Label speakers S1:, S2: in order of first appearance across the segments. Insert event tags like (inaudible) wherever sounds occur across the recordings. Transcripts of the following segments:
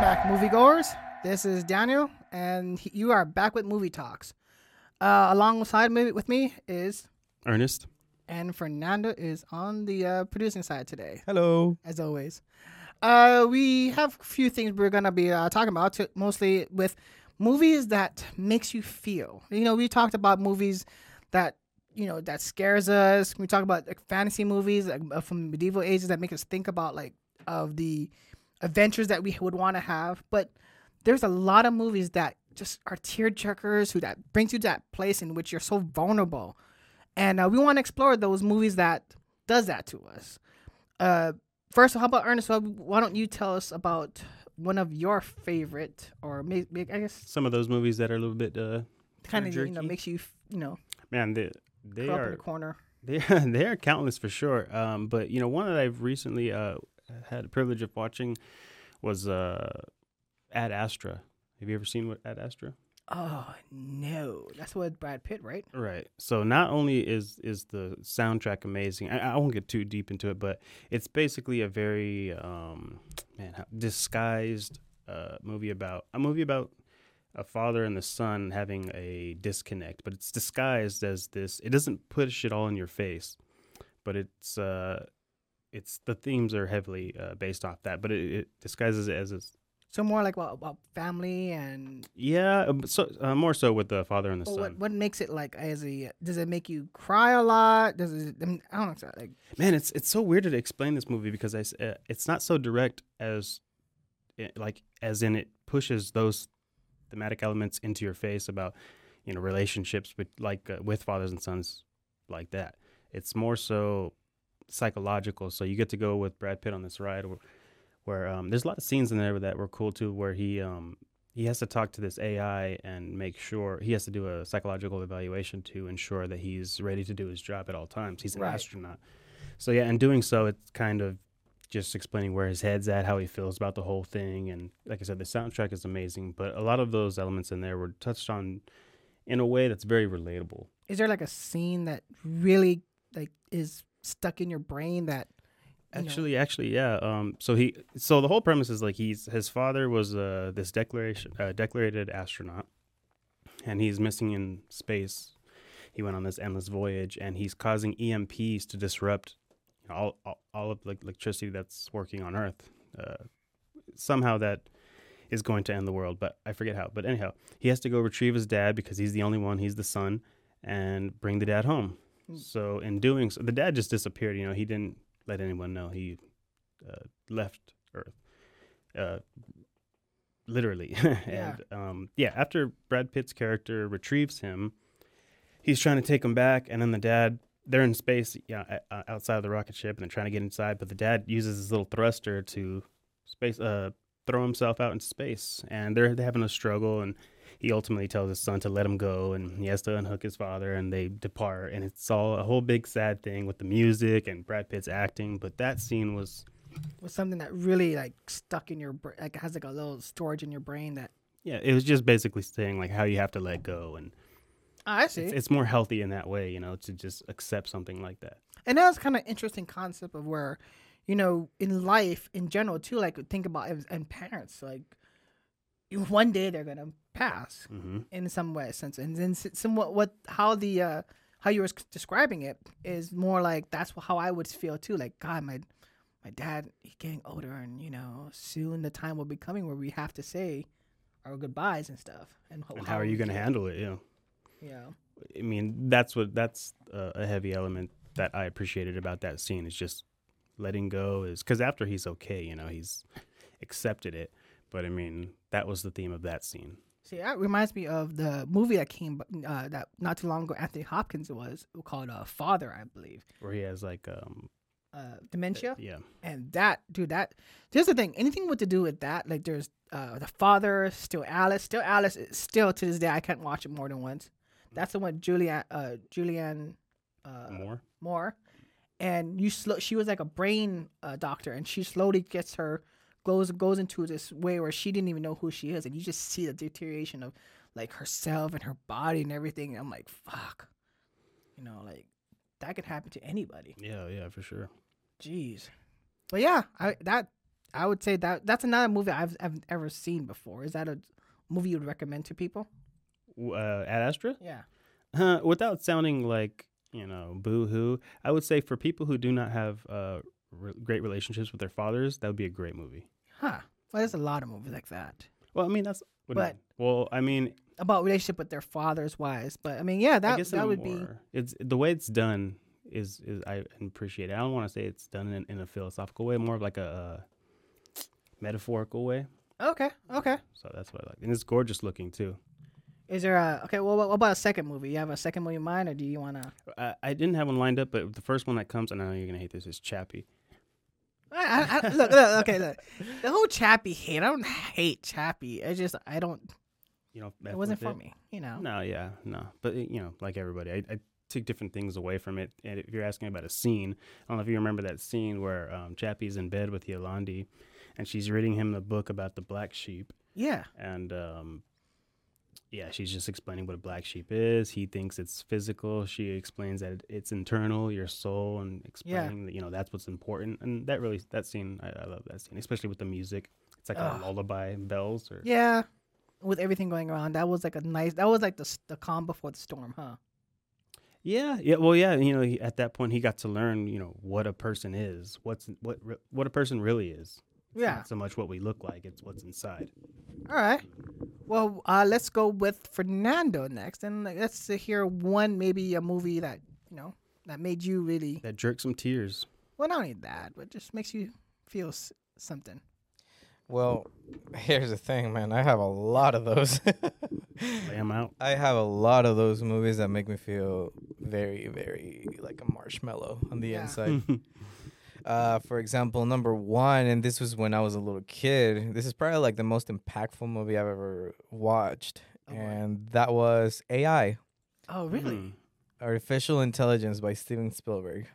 S1: back, moviegoers. This is Daniel, and he- you are back with Movie Talks. Uh, alongside me, with me is,
S2: Ernest.
S1: and Fernando is on the uh, producing side today,
S2: Hello.
S1: as always. Uh, we have a few things we're gonna be uh, talking about, to, mostly with movies that makes you feel. You know, we talked about movies that you know that scares us. We talk about like, fantasy movies like, uh, from medieval ages that make us think about like of the adventures that we would want to have. But there's a lot of movies that just are tear jerkers who that brings you to that place in which you're so vulnerable, and uh, we want to explore those movies that does that to us. Uh, first, how about Ernest? Why don't you tell us about one of your favorite, or maybe I guess
S2: Some of those movies that are a little bit uh
S1: kind of you know
S2: jerky.
S1: makes you f- you know
S2: man, they they
S1: curl up in
S2: are
S1: the corner.
S2: (laughs) they they are countless for sure. Um but you know, one that I've recently uh had the privilege of watching was uh Ad Astra. Have you ever seen what Ad Astra?
S1: Oh no, that's what Brad Pitt, right?
S2: Right. So not only is is the soundtrack amazing, I, I won't get too deep into it, but it's basically a very um, man how- disguised uh, movie about a movie about a father and the son having a disconnect, but it's disguised as this. It doesn't push it all in your face, but it's uh, it's the themes are heavily uh, based off that, but it, it disguises it as a,
S1: So more like about, about family and
S2: yeah, um, so uh, more so with the father and the
S1: but
S2: son.
S1: what what makes it like as a does it make you cry a lot? Does it? I, mean, I don't know. it's not Like
S2: man it's it's so weird to explain this movie because I, s- uh, it's not so direct as it, like as in it pushes those thematic elements into your face about you know relationships with like uh, with fathers and sons like that it's more so psychological so you get to go with Brad Pitt on this ride where, where um, there's a lot of scenes in there that were cool too where he um he has to talk to this AI and make sure he has to do a psychological evaluation to ensure that he's ready to do his job at all times. He's an
S1: Right.
S2: astronaut. So yeah, in doing so, it's kind of just explaining where his head's at, how he feels about the whole thing, and like I said, the soundtrack is amazing. But a lot of those elements in there were touched on in a way that's very relatable.
S1: is there like a scene that really like is stuck in your brain that you know-
S2: Actually, actually, yeah. Um, so he, so the whole premise is like he's his father was uh, this declaration uh, declarated astronaut, and he's missing in space. He went on this endless voyage, and he's causing EMPs to disrupt you know, all, all all of the electricity that's working on Earth. Uh, somehow that is going to end the world, but I forget how. But anyhow, he has to go retrieve his dad because he's the only one. He's the son, and bring the dad home. So in doing so, the dad just disappeared. You know, he didn't let anyone know he uh, left Earth. Uh, literally, (laughs) and um, yeah, after Brad Pitt's character retrieves him, he's trying to take him back, and then the dad. They're in space, you know, o- o- outside of the rocket ship, and they're trying to get inside. But the dad uses his little thruster to space, uh, throw himself out into space, and they're, they're having a struggle. And he ultimately tells his son to let him go and he has to unhook his father and they depart and it's all a whole big sad thing with the music and brad pitt's acting but that scene was
S1: was something that really like stuck in your brain like has like a little storage in your brain that
S2: yeah it was just basically saying like how you have to let go and
S1: "Ah, I see.
S2: it's, it's more healthy in that way you know to just accept something like that
S1: And that's kind of interesting concept of where, you know, in life in general too, like think about it and parents, like you- one day they're gonna pass
S2: hmm
S1: in some way sense, and then s- somewhat what how the uh, how you were s- describing it is more like that's how I would feel too. Like God, my my dad, he's getting older, and you know, soon the time will be coming where we have to say our goodbyes and stuff. And, ho-
S2: and how are you
S1: we
S2: going to
S1: do it.
S2: handle it you know
S1: Yeah.
S2: i mean that's what that's uh, a heavy element that i appreciated about that scene is just letting go is because after he's okay you know he's accepted it but i mean that was the theme of that scene
S1: See, that reminds me of the movie that came uh, that not too long ago. Anthony Hopkins was called uh, Father, I believe.
S2: where he has like um
S1: Uh, dementia,
S2: yeah
S1: and that dude, that here's the thing. Anything with to do with that, like there's uh, the father, still Alice, still Alice, is- still to this day I can't watch it more than once. That's the one Julianne, uh, Julianne uh,
S2: more
S1: more and you slow she was like a brain uh, doctor and she slowly gets her goes goes into this way where she didn't even know who she is and you just see the deterioration of like herself and her body and everything and i'm like fuck you know like that could happen to anybody
S2: yeah yeah for sure
S1: jeez but yeah i that I would say that that's another movie I've, I've ever seen before. Is that a movie you'd recommend to people?
S2: uh, Ad Astra.
S1: Yeah.
S2: Uh, without sounding like you know boo hoo, I would say for people who do not have uh, re- great relationships with their fathers, that would be a great movie.
S1: Huh. Well, there's a lot of movies like that
S2: Well, I mean that's what do you
S1: But-
S2: mean? well, I mean
S1: about relationship with their fathers, wise. But I mean, yeah,
S2: I
S1: that
S2: guess
S1: that would be
S2: be it's the way it's done is is I appreciate it. I don't want to say it's done in, in a philosophical way, more of like a uh, metaphorical way.
S1: okay. Okay.
S2: So that's what I like, and it's gorgeous looking too.
S1: Is there a okay? Well, what what about a second movie? You have a second movie in mind, or do you want to?
S2: I, I didn't have one lined up, but the first one that comes, and I know you're gonna hate this, is Chappie.
S1: I, I, I, look, look, okay, look. The whole Chappie hate. I don't hate Chappie. I just I don't.
S2: You know,
S1: it wasn't for me. You know.
S2: No, yeah, no. But it- you know, like everybody, I, I took different things away from it. And if you're asking about a scene, I don't know if you remember that scene where um, Chappie's in bed with Yolandi, and she's reading him the book about the black sheep,
S1: Yeah.
S2: and um, yeah, she's just explaining what a black sheep is. He thinks it's physical. She explains that it- it's internal, your soul, and explaining that you know that's what's important. And that really, that scene, I, I love that scene, especially with the music. It's like
S1: Ugh.
S2: a lullaby bells or
S1: Yeah. With everything going around, that was like a nice. That was like the s- the calm before the storm, huh?
S2: Yeah, yeah. Well, yeah. You know, he, at that point, he got to learn, you know, what a person is, what's what re- what a person really is. It's
S1: Yeah.
S2: Not so much what we look like; it's what's inside.
S1: All right. Well, uh, let's go with Fernando next, and like, let's hear one maybe a movie that you know that made you really
S2: That jerks some tears.
S1: well not only that, but just makes you feel s- something.
S3: Well, (laughs) here's the thing, man. I have a lot of those. (laughs)
S2: Lay 'em out.
S3: I have a lot of those movies that make me feel very, very like a marshmallow on the
S1: Yeah.
S3: inside. uh, for example, number one, and this was when I was a little kid. This is probably like the most impactful movie I've ever watched,
S1: Oh, boy.
S3: and that was AI,
S1: Oh, really?
S2: Mm.
S3: Artificial Intelligence by Steven Spielberg.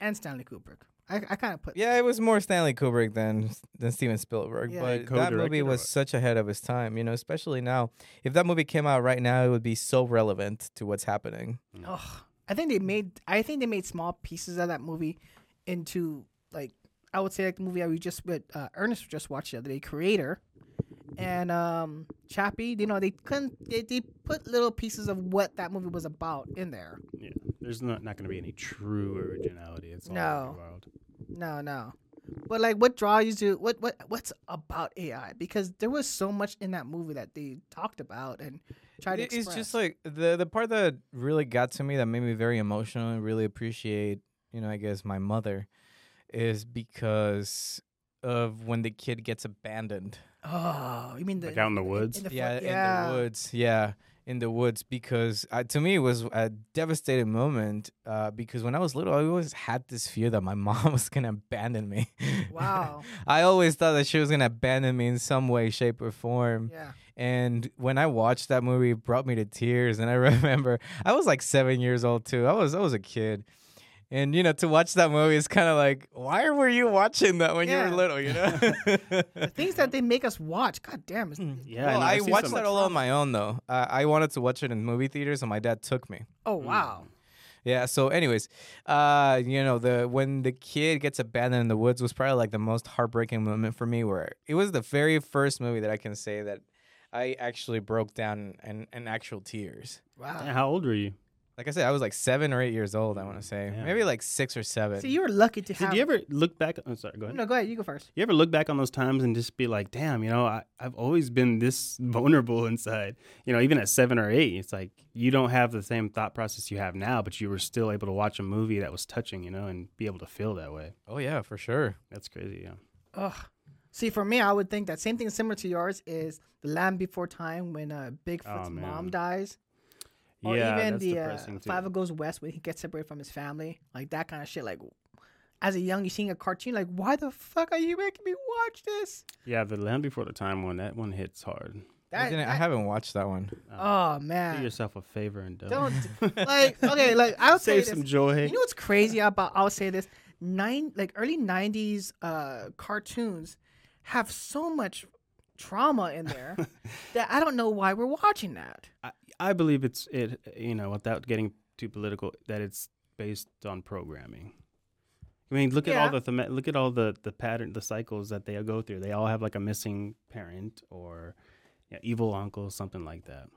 S1: And Stanley Kubrick. I, I kind of put
S3: Yeah, it was more Stanley Kubrick than than Steven Spielberg,
S1: Yeah.
S3: but that
S2: co-directed
S3: movie
S2: or
S3: was
S2: what?
S3: such ahead of his time, you know, especially now. If that movie came out right now, it would be so relevant to what's happening.
S1: Oh, I think they made. I think they made small pieces of that movie into like I would say like the movie that we just with uh, Ernest just watched the other day, Creator, and um Chappie. You know they couldn't. They, they put little pieces of what that movie was about in there.
S2: Yeah. There's not not going to be any true originality. It's all
S1: No.
S2: wild.
S1: No, no. But like, what draws you to what what what's about AI? Because there was so much in that movie that they talked about and tried to
S3: It-
S1: express.
S3: It's just like the the part that really got to me that made me very emotional and really appreciate, you know, I guess my mother is because of when the kid gets abandoned.
S1: oh, you mean the
S2: Like out in the woods?
S1: in the fu-
S3: yeah,
S1: yeah.
S3: in the woods. Yeah, in the woods because uh, to me it was a devastating moment uh, because when I was little I always had this fear that my (laughs) mom was gonna abandon me.
S1: Wow.
S3: (laughs) I always thought that she was gonna abandon me in some way, shape, or form.
S1: yeah.
S3: And when I watched that movie, it brought me to tears. And I (laughs) remember I was like seven years old too. I was I was a kid. And you know, to watch that movie is kind of like, why were you watching that when you
S1: Yeah.
S3: were little?
S1: (laughs)
S3: You know.
S1: Things that they make us watch. God damn. It's,
S2: Yeah.
S3: well,
S2: no,
S3: I
S2: I've seen
S3: watched
S2: some-
S3: that all on my own though. Uh, I wanted to watch it in movie theaters, and my dad took me.
S1: Oh
S2: Mm.
S1: wow.
S3: Yeah. So, anyways, uh, you know, the when the kid gets abandoned in the woods was probably like the most heartbreaking moment for me. Where it was the very first movie that I can say that I actually broke down in, in actual tears.
S1: Wow.
S2: Yeah, How old were you?
S3: Like I said, I was like seven or eight years old. I want to say
S2: Yeah.
S3: maybe like six or seven.
S1: See, you were lucky to have.
S2: Did you ever look back? I'm sorry. Go ahead.
S1: No, go ahead. You go first.
S2: You ever look back on those times and just be like, damn, you know, I, I've always been this vulnerable inside. You know, even at seven or eight, it's like you don't have the same thought process you have now, but you were still able to watch a movie that was touching, you know, and be able to feel that way.
S3: oh yeah, for sure.
S2: That's crazy. Yeah.
S1: Ugh. See, for me, I would think that same thing similar to yours is the Land Before Time when uh, Bigfoot's
S2: Oh, man.
S1: mom dies, or
S2: yeah.
S1: even
S2: that's
S1: the
S2: depressing
S1: uh,
S2: too.
S1: Five Goes West when he gets separated from his family, like that kind of shit. Like, as a young, you're seeing a cartoon, like, why the fuck are you making me watch this?
S2: yeah. The Land Before the Time one, that one hits hard.
S3: I,
S1: That,
S3: didn't, I
S1: that-
S3: haven't watched that one.
S1: oh
S2: Do
S1: man,
S2: yourself a favor and don't,
S1: don't like okay, like I would say
S2: (laughs) save
S1: this.
S2: some joy.
S1: You know what's crazy about I'll say this nine like early '90s uh, cartoons have so much trauma in
S2: (laughs)
S1: there that I don't know why we're watching that.
S2: I, I believe it's it. You know, without getting too political, that it's based on programming. I mean, look at
S1: Yeah.
S2: all the thema- look at all the the pattern, the cycles that they go through. They all have like a missing parent or you know, evil uncle, something like
S1: (laughs)
S2: that.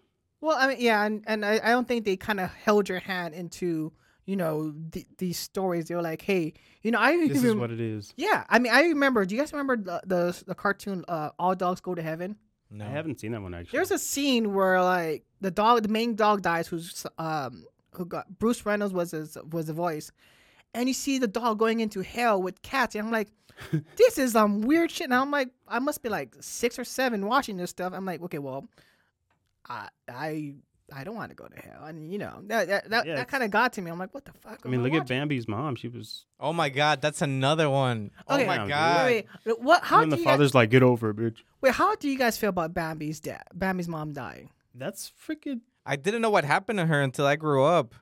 S1: Well, I mean, yeah, and, and I, I don't think they kind of held your hand into you know th- these stories. They were like, hey, you know, I
S2: This is
S1: even-
S2: what it is.
S1: yeah, I mean, I remember. Do you guys remember the the, the cartoon uh, All Dogs Go to Heaven?
S3: No.
S2: I haven't seen that one actually.
S1: There's a scene where like the dog, the main dog dies, who's um who got Bruce Reynolds was his was the voice, and you see the dog going into hell with cats, and I'm
S2: (laughs)
S1: like, this is um weird shit, and I'm like, I must be like six or seven watching this stuff. I'm like, okay, well, I I. I don't want to go to hell, and you know that that, that,
S2: Yeah,
S1: that
S2: it's-
S1: kind of got to me. I'm like, what the fuck?
S2: I mean, look at
S1: Ben.
S2: Bambi's mom. She was.
S3: Oh my god, that's another one.
S1: Okay.
S3: Oh my
S2: Damn, dude.
S3: god.
S1: Wait, wait, what? How
S2: and
S1: do
S2: the
S1: you guys,
S2: father's like, "Get over it, bitch."
S1: wait? How do you guys feel about Bambi's dad? Bambi's mom
S2: (laughs)
S1: dying.
S2: That's freaking.
S3: I didn't know what happened to her until I grew up.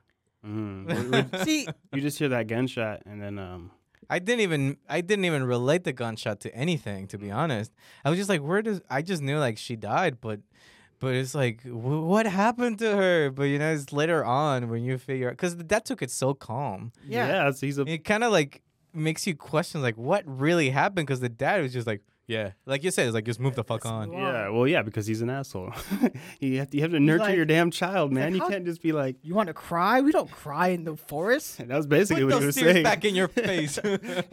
S2: Mm. We're- we're-
S1: See,
S2: you just hear that gunshot, and then um,
S3: I didn't even I didn't even relate the gunshot to anything to be honest. I was just like, where does I just knew like she died, but but it's like w- what happened to her? But you know, it's later on when you figure out because that took it so calm.
S1: (laughs) Yeah.
S2: yeah, it's- he's a
S3: It kind of like makes you question like what really happened because the dad was just like, yeah, like you said, it's like just move the fuck
S1: Let's
S3: on.
S1: move
S2: Yeah, well, yeah, because he's an asshole. (laughs) you have to you have to nurture
S1: like-
S2: your damn child,
S1: like,
S2: man. you
S1: how-
S2: can't just be like. (laughs)
S1: you want to cry? We don't cry in the forest.
S3: (laughs)
S2: That was basically what
S3: Put
S2: he
S3: those
S2: was
S3: tears
S2: saying. (laughs)
S3: back in your face. (laughs)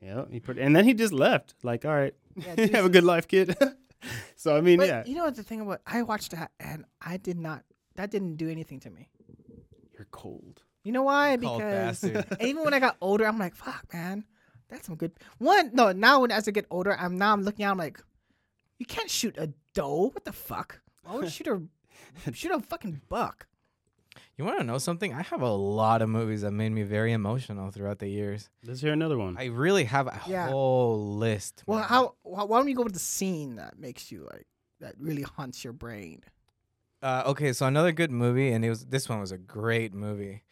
S2: yeah, he put, and then he just left. Like, all right,
S1: Yeah,
S2: (laughs) have a good life, kid. (laughs) so I mean,
S1: But
S2: yeah,
S1: you know what the thing about I watched that and I did not that didn't do anything to me.
S2: you're cold.
S1: You know why?
S3: Called
S1: Because
S3: bastard.
S1: (laughs) even when I got older, I'm like, fuck man, that's some good one no, now when as I get older, I'm now I'm looking out I'm like, you can't shoot a doe. What the fuck? Why would you shoot
S3: (laughs)
S1: a shoot a fucking buck?
S3: You want to know something? I have a lot of movies that made me very emotional throughout the years.
S2: Let's hear another one.
S3: I really have a
S1: Yeah.
S3: whole list.
S1: Well
S3: man.
S1: how, why why don't you go with the scene that makes you like that really haunts your brain?
S3: Uh, okay, so another good movie, and it was this one was a great movie.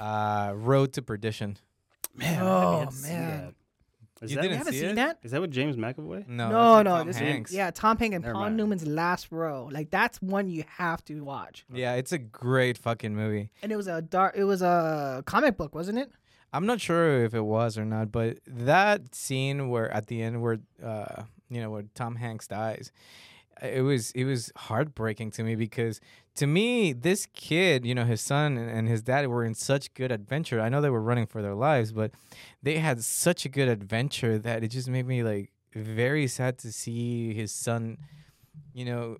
S3: Uh, Road to Perdition.
S2: man,
S1: Oh,
S2: haven't seen
S1: man.
S2: that. Is
S3: You
S1: You
S2: that
S3: didn't
S1: haven't
S3: see
S1: seen
S3: it?
S1: that?
S2: is that with James McAvoy?
S3: No,
S1: no,
S3: Oh, that's
S1: no,
S3: Tom
S1: this
S3: Hanks.
S1: is yeah, Tom Hanks and
S2: Never
S1: Paul
S2: mind.
S1: Newman's last role. Like that's one you have to watch.
S3: yeah, it's a great fucking movie.
S1: And it was a dark. It was a comic book, wasn't it?
S3: I'm not sure if it was or not, but that scene where at the end where uh, you know where Tom Hanks dies, uh, it was it was heartbreaking to me because to me this kid, you know, his son and, and his dad were in such good adventure. I know they were running for their lives, but they had such a good adventure that it just made me like very sad to see his son, you know,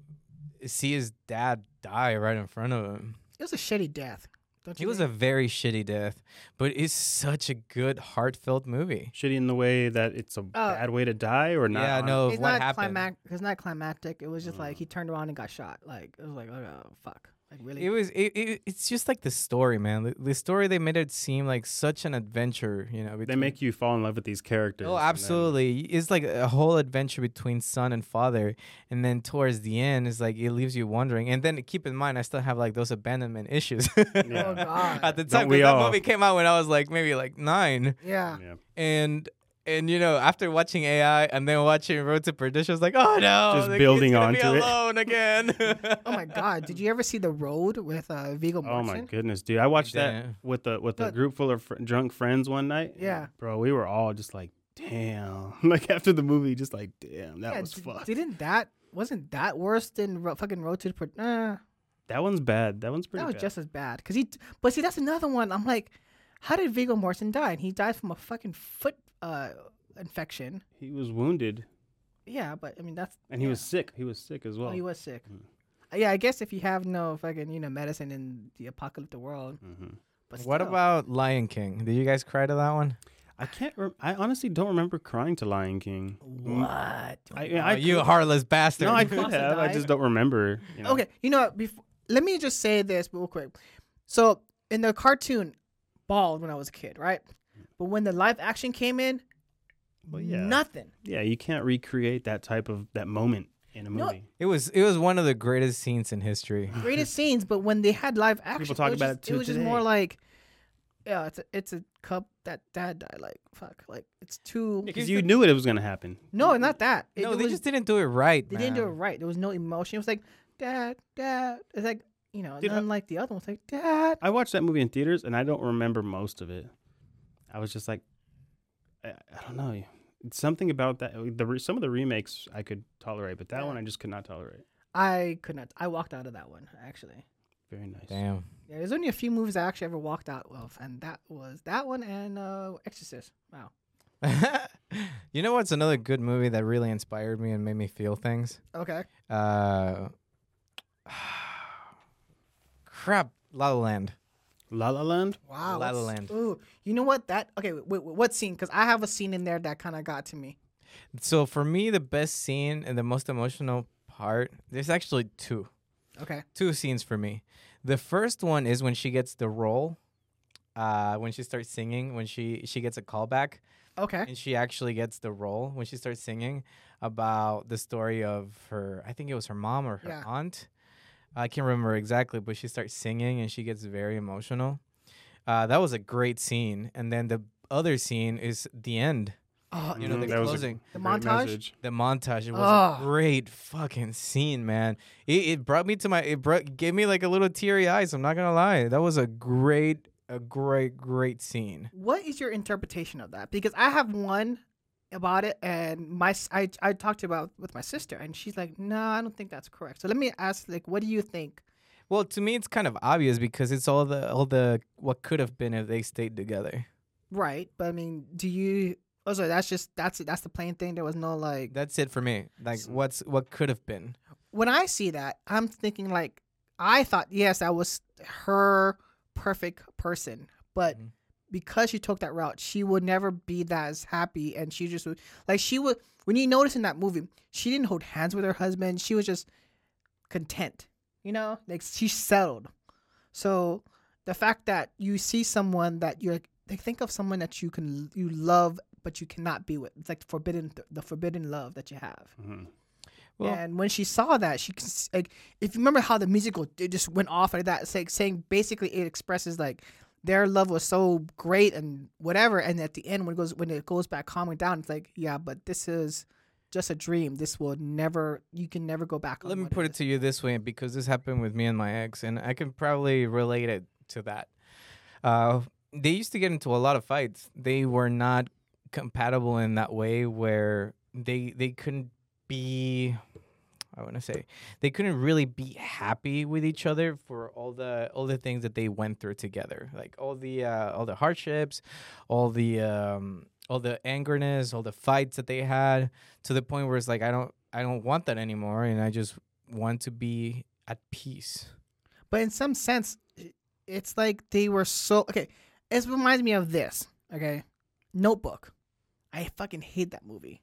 S3: see his dad die right in front of him.
S1: It was a shitty death. Don't you?
S3: It was a
S1: think?
S3: very shitty death, but it's such a good, heartfelt movie.
S2: Shitty in the way that it's a bad way to die, or not?
S3: Oh. yeah,
S2: hon-
S3: no,
S1: It's
S3: what
S1: not
S3: happened?
S1: climactic. It's not climactic. It was just like he turned around and got shot. Like it was like, oh fuck. Like really.
S3: it was. It, it, it's just like the story, man. The, the story they made it seem like such an adventure, you know.
S2: They
S3: between-
S2: make you fall in love with these characters.
S3: Oh,
S2: and then-
S3: absolutely! It's like a whole adventure between son and father, and then towards the end, it's like it leaves you wondering. And then keep in mind, I still have like those abandonment issues. (laughs)
S1: oh
S2: Yeah.
S1: god.
S3: At the time, 'cause
S2: we
S3: that
S2: all?
S3: movie came out when I was like maybe like nine.
S1: yeah.
S2: yeah.
S3: and and you know after watching AI and then watching Road to Perdition, I was like, oh no,
S2: Just
S3: the kid's
S2: building
S3: gonna be
S2: onto it.
S3: alone again.
S1: (laughs) Oh
S3: (laughs)
S1: my god. Did you ever see The Road with uh, Viggo Mortensen?
S2: Oh my goodness, dude! I watched that
S3: Damn.
S2: with the with a
S1: But-
S2: group full of fr- drunk friends one night. and,
S1: Yeah.
S2: bro, we were all just like, "Damn!" (laughs) Like after the movie, just like, "Damn, that
S1: Yeah,
S2: was
S1: d-
S2: fucked."
S1: Didn't that? Wasn't that worse than ro- fucking Road to? Pro- nah.
S2: that one's bad. That one's pretty.
S1: that was
S2: bad.
S1: just as bad. Cause he, but see, that's another one. I'm like, how did Viggo Mortensen die? And he died from a fucking foot uh, infection.
S2: he was wounded
S1: Yeah, but I mean that's
S2: and he
S1: yeah.
S2: was sick. He was sick Mm-hmm. as well.
S1: oh he was sick. Uh, Yeah, I guess if you have no fucking you know medicine in the apocalyptic world,
S2: Mhm.
S1: but
S3: what
S1: still.
S3: about Lion King? Did you guys cry to that one?
S2: I can't. Rem- I honestly don't remember crying to Lion King. Mm.
S1: what?
S2: I, I,
S3: oh,
S2: could-
S3: you heartless
S1: (laughs)
S2: (laughs)
S3: bastard! (laughs)
S2: No, I could
S1: Must have
S2: have. I
S1: died.
S2: just don't remember. you know.
S1: Okay, you know, before, let me just say this real quick. So in the cartoon, bald when I was a kid, right? But when the live action came in,
S2: Mm. Well, yeah.
S1: nothing.
S2: Yeah, you can't recreate that type of that moment in a
S1: No,
S2: movie.
S3: it was it was one of the greatest scenes in history.
S1: greatest scenes, but when they had live action,
S2: talk
S1: it was
S2: about
S1: just,
S2: it too
S1: was just more
S2: today.
S1: like, yeah, it's a, it's a cup that dad died. Like fuck, like it's too.
S2: Because you knew it was gonna happen.
S1: No, not that. It,
S3: no,
S1: it
S3: they
S1: was-
S3: just didn't do it right.
S1: they didn't do it
S3: man.
S1: right. There was no emotion. It was like dad, dad. It's like you know,
S2: Dude, I-
S1: unlike the other ones, like dad.
S2: I watched that movie in theaters and I don't remember most of it. I was just like, I, I don't know. It's something about that. The re- some of the remakes I could tolerate, but that
S1: Yeah.
S2: one I just could not tolerate.
S1: I could not. I walked out of that one actually.
S2: Very nice.
S3: Damn.
S1: Yeah, there's only a few movies I actually ever walked out of, and that was that one and uh, Exorcist. Wow.
S3: (laughs) you know what's another good movie that really inspired me and made me feel things?
S1: Okay.
S3: Uh, (sighs) crap, La La Land.
S2: La La Land.
S1: Wow.
S3: La La
S1: what's-
S3: Land.
S1: Ooh, you know what? That okay. Wait, wait, what scene? Because I have a scene in there that kind of got to me.
S3: So for me, the best scene and the most emotional part, there's actually two,
S1: Okay.
S3: two scenes for me. The first one is when she gets the role, uh, when she starts singing, when she she gets a callback,
S1: Okay.
S3: and she actually gets the role when she starts singing about the story of her i think it was her mom or her
S1: Yeah.
S3: aunt i can't remember exactly but she starts singing and she gets very emotional uh, that was a great scene and then the other scene is the end
S1: Oh,
S3: you know
S2: Mhm,
S3: the
S2: that was a
S3: closing
S1: The
S2: great
S1: montage?
S2: message. (laughs)
S3: the montage it was
S1: Ah.
S3: a great fucking scene man it, it brought me to my it brought gave me like a little teary eyes i'm not gonna lie that was a great a great great scene
S1: What is your interpretation of that? Because I have one about it, and my s- I I talked about with my sister, and she's like, "No, I don't think that's correct." So let me ask, like, what do you think?
S3: Well, to me, it's kind of obvious because it's all the all the what could have been if they stayed together.
S1: Right, but I mean, do you? Oh, sorry, that's just that's it. That's the plain thing. There was no like.
S3: That's it for me. Like,
S2: So-
S3: what's what could have been?
S1: when I see that, I'm thinking like I thought yes, that was her perfect person, but
S3: Mhm.
S1: because she took that route, she would never be that as happy, and she just would like she would. When you notice in that movie, she didn't hold hands with her husband; she was just content, you know, like she settled. So the fact that you see someone that you're like, think of someone that you can you love but you cannot be with, it's like forbidden the forbidden love that you have.
S2: Mhm.
S3: Well-
S1: and when she saw that, she cons- like if you remember how the musical it just went off like that, it's like saying basically it expresses like their love was so great and whatever, and at the end when it goes when it goes back calming down, it's like yeah, but this is just a dream. This will never you can never go back. on
S3: Let me
S1: what
S3: put it
S1: is.
S3: to you this way, because this happened with me and my ex, and I can probably relate it to that. Uh, they used to get into a lot of fights. They were not compatible in that way where they they couldn't be. I want to say they couldn't really be happy with each other for all the all the things that they went through together, like all the uh, all the hardships, all the um, all the angerness, all the fights that they had, to the point where it's like I don't I don't want that anymore, and I just want to be at peace.
S1: but in some sense, i- it's like they were so okay. It reminds me of this. Okay, Notebook. I fucking hate that movie.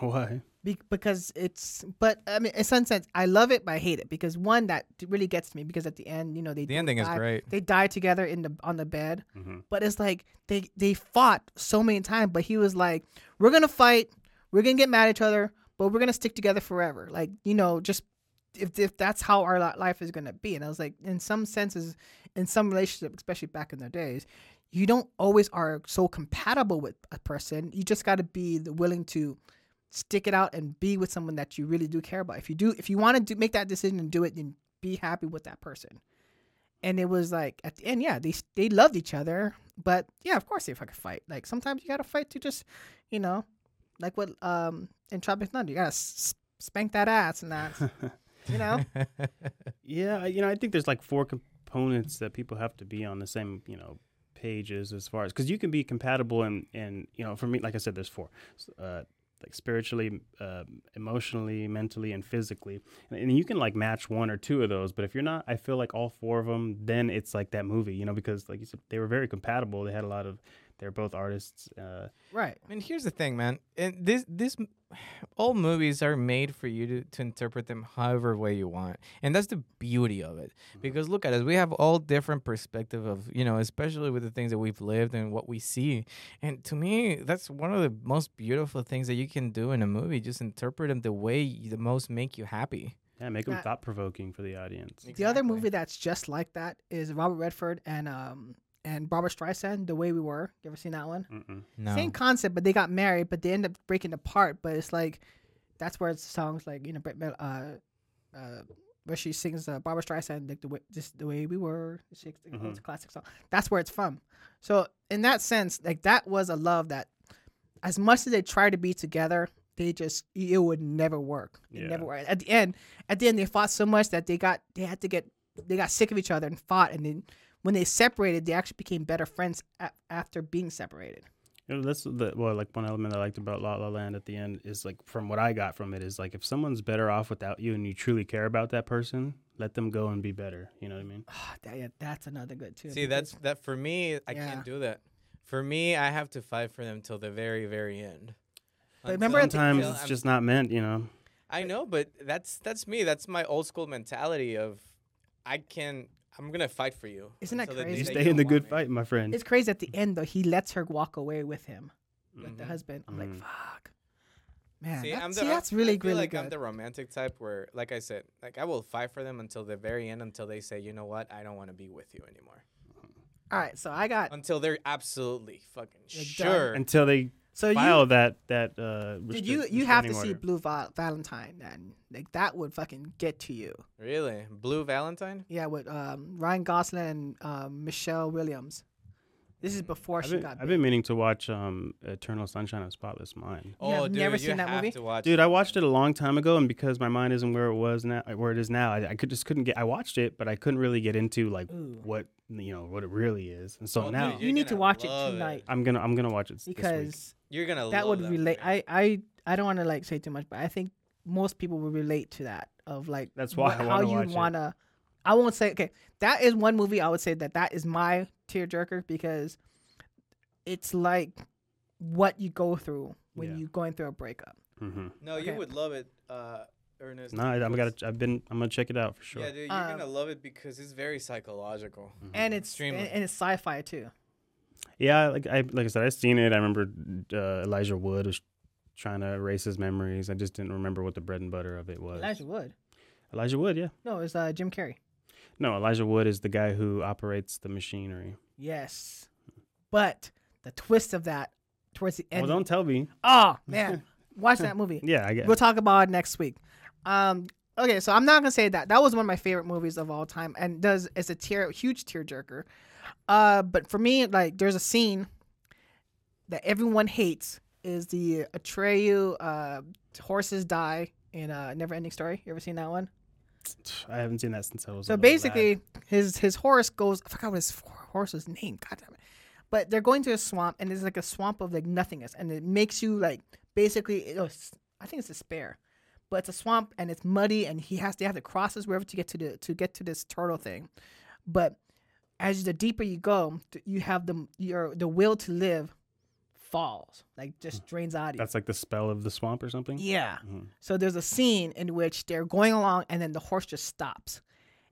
S2: Why?
S1: Be- because it's but i mean in some sense i love it but i hate it because one that really gets me because at the end you know they
S3: The ending is
S1: die,
S3: great.
S1: they die together in the on the bed
S2: Mhm.
S1: but it's like they they fought so many times but he was like we're gonna fight we're gonna get mad at each other but we're gonna stick together forever like you know just if, if that's how our li- life is gonna be and i was like in some senses in some relationship especially back in their days you don't always are so compatible with a person you just gotta be the- willing to stick it out and be with someone that you really do care about if you do if you want to do, make that decision and do it then be happy with that person and it was like at the end, yeah, they they loved each other, but yeah, of course they fucking fight. Like sometimes you gotta fight to just, you know, like what um in Tropic Thunder, you gotta s- spank that ass and that, you know.
S2: Yeah, I- you know, I think there's like four components that people have to be on the same, you know, pages as far as because you can be compatible and and you know, for me, like I said, there's four, S- uh, like spiritually, uh, emotionally, mentally, and physically, and, and you can like match one or two of those. But if you're not, I feel like all four of them, then it's like that movie, you know, because like you said, they were very compatible. They had a lot of, they're both artists. Uh,
S1: right.
S3: I mean, here's the thing, man. And this this (sighs) all movies are made for you to, to interpret them however way you want, and that's the beauty of it. Because look at us, we have all different perspective of you know, especially with the things that we've lived and what we see. And to me, that's one of the most beautiful things that you can do in a movie. Just interpret them the way you, the most make you happy.
S2: yeah, make them
S1: That-
S2: thought provoking for the audience.
S1: The other movie that's just like that is Robert Redford and um and Barbara Streisand, The Way We Were. You ever seen that one?
S2: Mm-mm.
S3: no.
S1: Same concept, but they got married, but they end up breaking apart. But it's like that's where it's songs like you know, Brett Mel- uh, uh, where she sings uh, Barbara Streisand like the way just the way we were. She, It's a classic song. That's where it's from. So in that sense, like that was a love that as much as they try to be together, they just it would never work. It
S2: Yeah.
S1: never worked. At the end, at the end, they fought so much that they got they had to get they got sick of each other and fought. And then when they separated, they actually became better friends a- after being separated.
S2: You know, that's the well, like one element I liked about La La Land at the end is like from what I got from it is like if someone's better off without you and you truly care about that person, let them go and be better. You know what I mean?
S1: Ah, that- yeah, that's another good too.
S3: See, that's that for me. I
S1: Yeah.
S3: can't do that. For me, I have to fight for them till the very, very end.
S1: But remember at the-
S2: Sometimes
S3: Until
S2: it's
S3: I'm-
S2: just not meant. You know?
S3: I know, but that's that's me. That's my old school mentality of I can. I'm gonna fight for you.
S1: Isn't that
S3: until the day
S1: crazy?
S2: You
S1: they
S2: stay
S3: don't
S2: in the
S3: want
S2: good
S3: me.
S2: fight, my friend.
S1: it's crazy. At the end, though, he lets her walk away with him, with the
S3: Mhm.
S1: husband. I'm
S2: Mhm.
S1: like, fuck, man.
S3: See,
S1: that-
S3: I'm the,
S1: see, that's really
S3: I feel
S1: really
S3: like
S1: good.
S3: I'm the romantic type where, like I said, like I will fight for them until the very end, until they say, you know what, I don't want to be with you anymore.
S1: All right, so I got
S3: Until they're absolutely fucking
S1: They're done.
S3: sure.
S2: Until they
S1: so
S2: file
S1: you
S2: that that. Uh,
S1: did
S2: restrict-
S1: you you have to
S2: restraining
S1: see
S2: order.
S1: Blue Val- Valentine and like that would fucking get to you.
S3: really, Blue Valentine.
S1: Yeah, with um, Ryan Gosling and um, Michelle Williams. This is before
S2: Mm. I've
S1: she
S2: been,
S1: got.
S2: I've been meaning to watch um, Eternal Sunshine of the Spotless Mind.
S1: Yeah, I've
S3: oh, dude,
S1: never
S3: you
S1: seen that
S3: have
S1: movie.
S3: to watch
S2: Dude,
S3: it.
S2: I watched it a long time ago, and because my mind isn't where it was now, uh, where it is now, I, I could just couldn't get. I watched it, but I couldn't really get into like
S1: Ooh.
S2: what you know what it really is. And so
S3: Oh,
S2: now
S3: dude,
S1: you
S3: You're
S1: need to
S3: gonna
S1: watch it
S3: love it.
S1: tonight
S2: I'm gonna I'm gonna watch it this week.
S1: because
S3: You're gonna
S1: that
S3: love
S1: would relate.
S3: movie.
S1: I I I don't want to like say too much, but I think most people will relate to that of like
S2: That's why I
S1: how
S2: wanna
S1: you
S2: watch it.
S1: wanna. I won't say okay. That is one movie I would say that that is my tearjerker because it's like what you go through when
S2: Yeah.
S1: you're going through a breakup.
S2: Mhm.
S3: no, you
S1: okay.
S3: would love it, uh, Ernest.
S2: No, I, I've
S3: because-
S2: got. I've been. I'm gonna check it out for sure. Mm-hmm.
S3: Yeah, dude, you're
S1: Um,
S3: gonna love it because it's very psychological.
S1: And it's and,
S3: Extremely.
S1: and it's sci-fi too.
S2: Yeah, like I like I said, I've seen it. I remember uh, Elijah Wood was trying to erase his memories. I just didn't remember what the bread and butter of it was.
S1: Elijah Wood.
S2: Elijah Wood, yeah.
S1: No, it's uh, Jim Carrey.
S2: No, Elijah Wood is the guy who operates the machinery.
S1: Yes, but the twist of that towards the end.
S2: well, don't tell me.
S1: oh man, watch
S2: (laughs)
S1: that movie.
S2: Yeah, I guess.
S1: We'll talk about it next week. Um, okay, so I'm not gonna say that. That was one of my favorite movies of all time, and does it's a tear, huge tearjerker. Uh, but for me, like, there's a scene that everyone hates is the Atreyu uh, horses die in a never ending story. You ever seen that one?
S2: I haven't seen that since I was.
S1: So
S2: a little lad.
S1: basically, his his horse goes. I forgot what his horse's name. God damn it! But they're going to a swamp, and it's like a swamp of like nothingness, and it makes you like basically. It was, I think it's despair, but it's a swamp and it's muddy, and he has they have to cross this river to get to the to get to this turtle thing. But as the deeper you go, th- you have the your the will to live falls like just drains out of you.
S2: that's like the spell of the swamp or something.
S1: Yeah.
S2: Mhm.
S1: So there's a scene in which they're going along and then the horse just stops.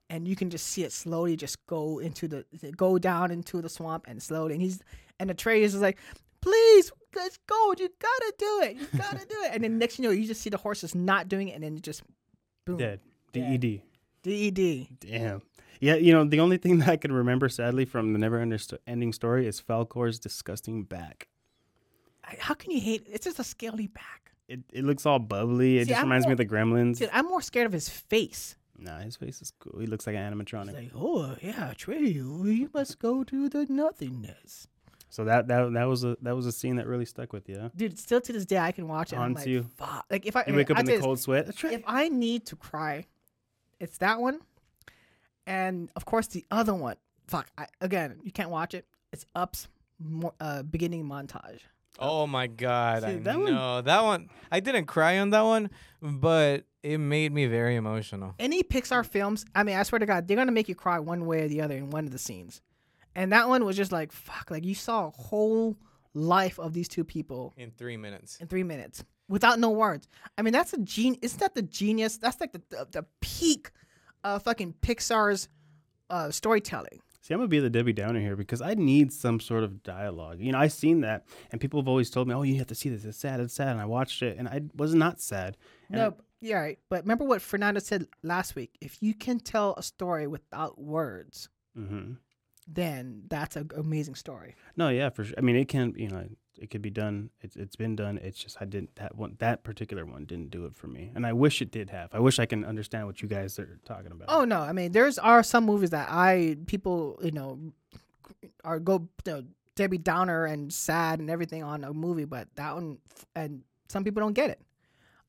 S1: And you can just see it slowly just go into the go down into the swamp and slowly and he's and Atreus is like, please, let's go. You gotta do it. You gotta do it. And then next thing you know, you just see the horse is not doing it and then it just boom.
S2: Dead. D
S1: Dead.
S2: E D.
S1: D E D.
S2: Damn. Yeah, you know the only thing (laughs) that I could remember, sadly, from the never Underst- ending story is Falcor's disgusting back.
S1: I- How can you hate it's just a scaly back.
S2: It, it looks all bubbly. It
S1: See,
S2: just
S1: I'm
S2: reminds me
S1: more-
S2: of the Gremlins.
S1: Dude, I'm more scared of his face.
S2: Nah, his face is cool. He looks like an animatronic.
S1: It's like, oh yeah, Atreyu, you must go to the nothingness.
S2: so that that that was a that was a scene that really stuck with you. Huh?
S1: dude. Still to this day, I can watch it. and I'm
S2: Haunts
S1: like,
S2: you.
S1: fuck. Like if I
S2: You
S1: okay,
S2: wake up
S1: I
S2: in the
S1: did this.
S2: cold sweat. That's
S1: if
S2: right.
S1: I need to cry, it's that one, and of course the other one. Fuck. I, again, you can't watch it. It's Up's mo- uh, beginning montage.
S3: Oh my god!
S2: See,
S3: I
S2: that one-
S3: know that one. I didn't cry on that one, but it made me very emotional.
S1: Any Pixar films, I mean, I swear to God, they're gonna make you cry one way or the other in one of the scenes. And that one was just like fuck. Like you saw a whole life of these two people
S3: In three minutes,
S1: in three minutes without no words. I mean, that's a gene. Isn't that the genius? That's like the the, the peak of fucking Pixar's uh, storytelling.
S2: See, I'm gonna be the Debbie Downer here because I need some sort of dialogue. You know, I've seen that, and people have always told me, "Oh, you have to see this. It's sad. It's sad." And I watched it, and I was not sad. And
S1: no, yeah, right. But remember what Fernando said last week: if you can tell a story without words,
S2: hmm
S1: then that's an amazing story.
S2: No, yeah, for sure. I mean, it can, you know, it could be done. It's it's been done. It's just I didn't that one that particular one didn't do it for me, and I wish it did have. I wish I can understand what you guys are talking about.
S1: Oh no, I mean, there's are some movies that I people you know are go you know, Debbie Downer and sad and everything on a movie, but that one and some people don't get it.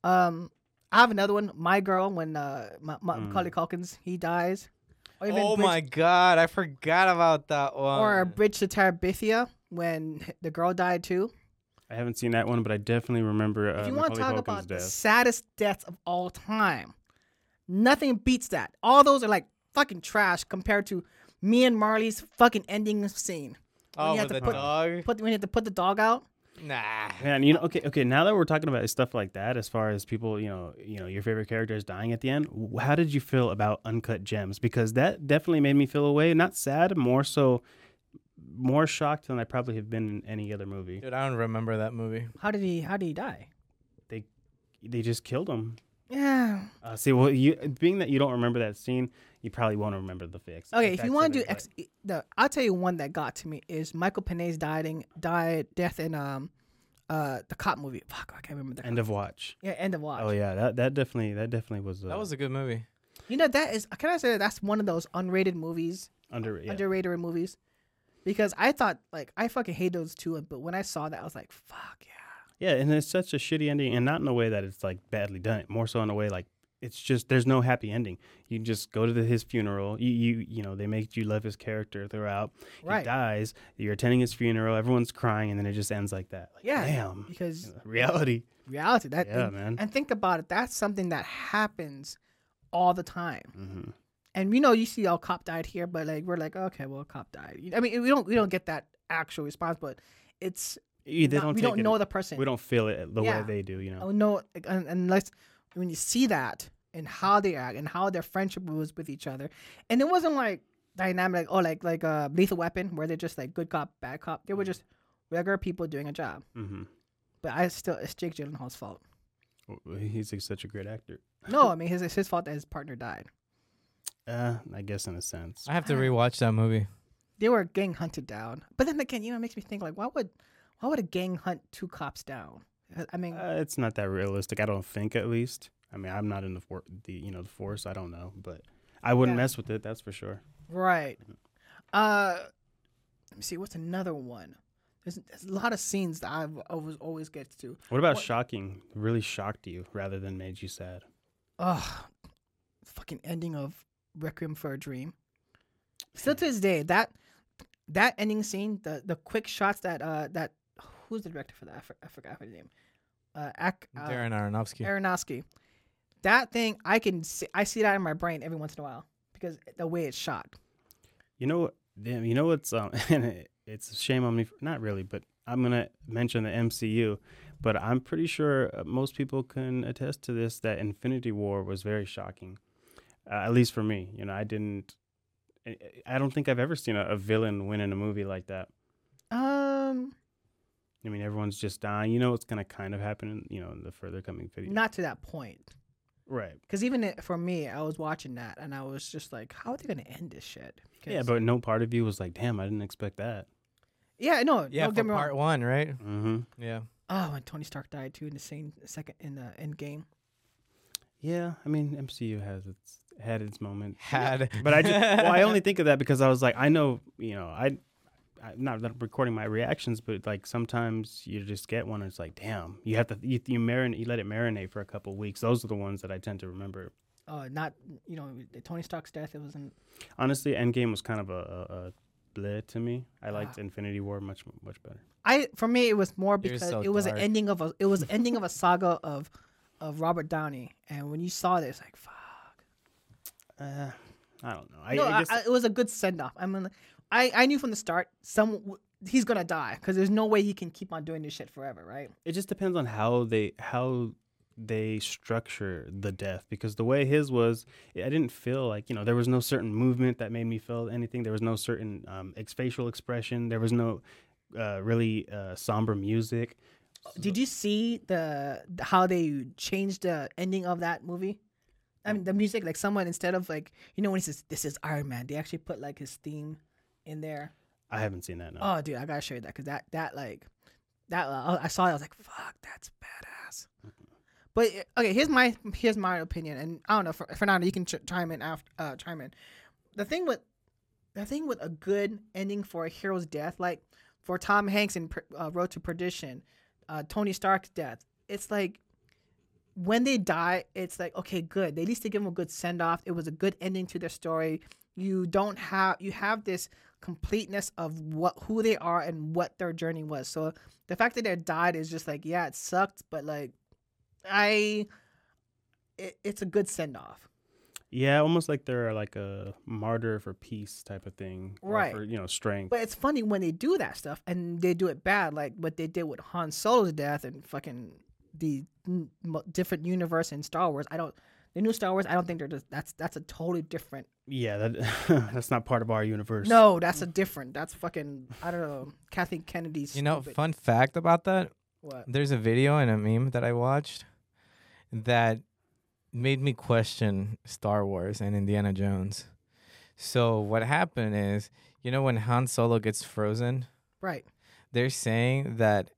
S1: Um, I have another one, My Girl, when uh, Ma- Ma-
S2: Mm.
S1: Macaulay Culkins he dies. Or even
S3: Hmm. Oh
S1: Bridge-
S3: my god, I forgot about that one.
S1: Or Bridge to Terabithia when the girl died too.
S2: I haven't seen that one, but I definitely remember. Uh,
S1: if you want to
S2: Macaulay
S1: talk
S2: Culkin's
S1: about the
S2: death.
S1: saddest deaths of all time, nothing beats that. All those are like fucking trash compared to me and Marley's fucking ending scene.
S3: oh,
S1: you have
S3: with
S1: to
S3: the
S1: put-
S3: dog.
S1: Put when you have to put the dog out.
S3: Nah.
S2: Man, you know, okay, okay. Now that we're talking about stuff like that, as far as people, you know, you know, your favorite characters dying at the end, w- how did you feel about Uncut Gems? Because that definitely made me feel away. Not sad, more so, more shocked than I probably have been in any other movie.
S3: Dude, I don't remember that movie.
S1: How did he? How did he die?
S2: They just killed him.
S1: Yeah.
S2: Uh, see, well, you being that you don't remember that scene, you probably won't remember the fix.
S1: Okay, if you want to do
S2: X,
S1: ex- e, the, I'll tell you one that got to me is Michael Pena's dying, died death in um, uh, the cop movie. Fuck, I can't remember the
S2: end of watch.
S1: yeah end of watch.
S2: Oh yeah, that that definitely that definitely was uh,
S3: That was a good movie.
S1: You know that is can I say that that's one of those unrated movies,
S2: underrated.
S1: underrated movies, because I thought like I fucking hate those two, but when I saw that I was like fuck yeah.
S2: Yeah, and it's such a shitty ending, and not in a way that it's like badly done. More so in a way like it's just there's no happy ending. You just go to the, his funeral. You you you know they make you love his character throughout.
S1: Right.
S2: He dies. You're attending his funeral. Everyone's crying, and then it just ends like that. Like,
S1: Yeah,
S2: damn.
S1: because
S2: (laughs) Reality.
S1: reality that
S2: Yeah,
S1: and,
S2: man.
S1: and think about it that's something that happens all the time
S3: Mm-hmm.
S2: Mhm.
S1: and we know you see all cop died here, but like we're like, okay, well, cop died. You- I mean, we don't we don't get that actual response, but it's
S2: You- They
S1: not-
S2: don't.
S1: we
S2: take
S1: don't
S2: it-
S1: know the person.
S2: We don't feel it the
S1: Yeah.
S2: way they do. You know.
S1: Oh, no, like, un- unless when you see that and how they act and how their friendship was with each other, and it wasn't like dynamic or like like a lethal weapon where they're just like good cop bad cop. They were just regular people doing a job.
S2: hmm
S1: But I still it's Jake Gyllenhaal's fault.
S2: He's like, such a great actor.
S1: No, I mean his it's his fault that his partner died.
S2: Uh, I guess in a sense.
S3: I have to rewatch that movie.
S1: They were gang hunted down. But then again, you know, it makes me think like why would why would a gang hunt two cops down? I- I mean,
S2: Uh, it's not that realistic. I don't think, at least. I mean, I'm not in the for- the you know the force. I don't know, but I wouldn't
S1: Yeah.
S2: mess with it. That's for sure.
S1: Right. Uh, let me see. What's another one? There's, there's a lot of scenes that I've always always gets to.
S2: What about
S1: What-
S2: shocking? Really shocked you rather than made you sad?
S1: Ugh, fucking ending of Requiem for a Dream. Still to this day, that that ending scene, the the quick shots that uh that who's the director for that? I, for, I forgot her name. Uh, Ak, uh
S3: Darren Aronofsky.
S1: Aronofsky. That thing, I can see. I see that in my brain every once in a while because the way it's shot.
S2: You know, damn. You know what's um, (laughs) and it, it's a shame on me. For, not really, but I'm gonna mention the MCU. But I'm pretty sure uh, most people can attest to this that Infinity War was very shocking, uh, at least for me. You know, I didn't. I- I don't think I've ever seen a, a villain win in a movie like that.
S1: Um,
S2: I mean, everyone's just dying. You know, it's gonna kind of happen. You know, in the further coming video.
S1: not to that point.
S2: right.
S1: Because even it, for me, I was watching that and I was just like, how are they going to end this shit?
S2: Yeah,
S1: 'Cause-
S2: but no part of you was like, "Damn, I didn't expect that."
S1: Yeah, no,
S3: Yeah,
S1: don't
S3: for
S1: get me
S3: part
S1: wrong.
S3: one, right?
S2: Mm-hmm.
S3: Yeah.
S1: Oh, and Tony Stark died too in the same second in the end game.
S2: Yeah, I mean MCU has its had its moment,
S3: Had. (laughs)
S2: but I (laughs) just well, I only think of that because I was like, I know, you know, I, I not that I'm recording my reactions, but like sometimes you just get one. And it's like, damn, you have to you, you marinate, you let it marinate for a couple weeks. Those are the ones that I tend to remember.
S1: Uh, not, you know, the Tony Stark's death, it wasn't.
S2: Honestly, Endgame was kind of a, a, a bleh to me. I liked Infinity War much much better.
S1: I for me it was more because
S3: so
S1: it was an
S3: dark.
S1: ending of a it was an ending of a saga of of Robert Downey and when you saw this like fuck
S2: Uh, I don't know. I,
S1: no
S2: I guess
S1: I, it was a good send off I mean I I knew from the start some he's gonna die because there's no way he can keep on doing this shit forever right
S2: it just depends on how they how they structure the death because the way his was i didn't feel like you know there was no certain movement that made me feel anything there was no certain um, ex- facial expression there was no uh, really uh, somber music
S1: Did you see the the- how they changed the ending of that movie? I mean, the music, like someone instead of like you know when he says "This is Iron Man," they actually put like his theme in there.
S2: i haven't seen that no
S1: Oh, dude, I gotta show you that because that that like that uh, I saw it, I was like, "Fuck, that's badass." But uh, okay, here's my here's my opinion, and I don't know, Fer- Fernando, you can ch- chime in after uh, chime in. The thing with the thing with a good ending for a hero's death, like for Tom Hanks in Per- uh, Road to Perdition, uh, Tony Stark's death. It's like when they die, it's like okay, good. At least they give them a good send off. It was a good ending to their story. You don't have you have this completeness of what who they are and what their journey was. So the fact that they died is just like yeah, it sucked, but like I, it, it's a good send off.
S2: Yeah, almost like they're like a martyr for peace type of thing, or
S1: Right.
S2: For you know, strength.
S1: But it's funny when they do that stuff and they do it bad, like what they did with Han Solo's death and fucking the n- mo- different universe in Star Wars. I don't the new Star Wars. I don't think they're just that's that's a totally different.
S2: yeah, that (laughs) that's not part of our universe.
S1: No, that's a different. That's fucking I don't know. Kathleen Kennedy's.
S3: You know,
S1: stupid-
S3: fun fact about that
S1: what?
S3: there's a video and a meme that I watched that made me question Star Wars and Indiana Jones. So what happened is, you know, when Han Solo gets frozen,
S1: Right.
S3: they're saying that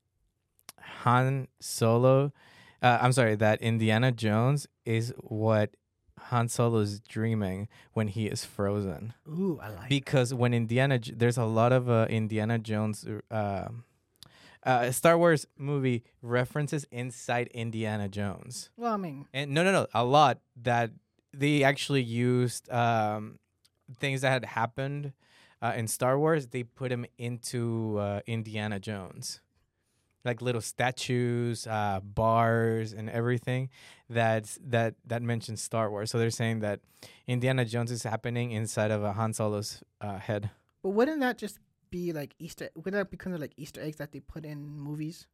S3: Han Solo, uh, I'm sorry, that Indiana Jones is what Han Solo's dreaming when he is frozen.
S1: Ooh, I like.
S3: Because when Indiana, J- there's a lot of uh, Indiana Jones, uh, uh, Star Wars movie references inside Indiana Jones
S1: well, I mean,
S3: and no no no a lot that they actually used um things that had happened uh, in star wars they put them into uh, indiana jones like little statues uh bars and everything that's that that mentions star wars so they're saying that indiana jones is happening inside of a han solo's uh, head
S1: but wouldn't that just be like Easter? Wouldn't that be kind of like Easter eggs that they put in movies?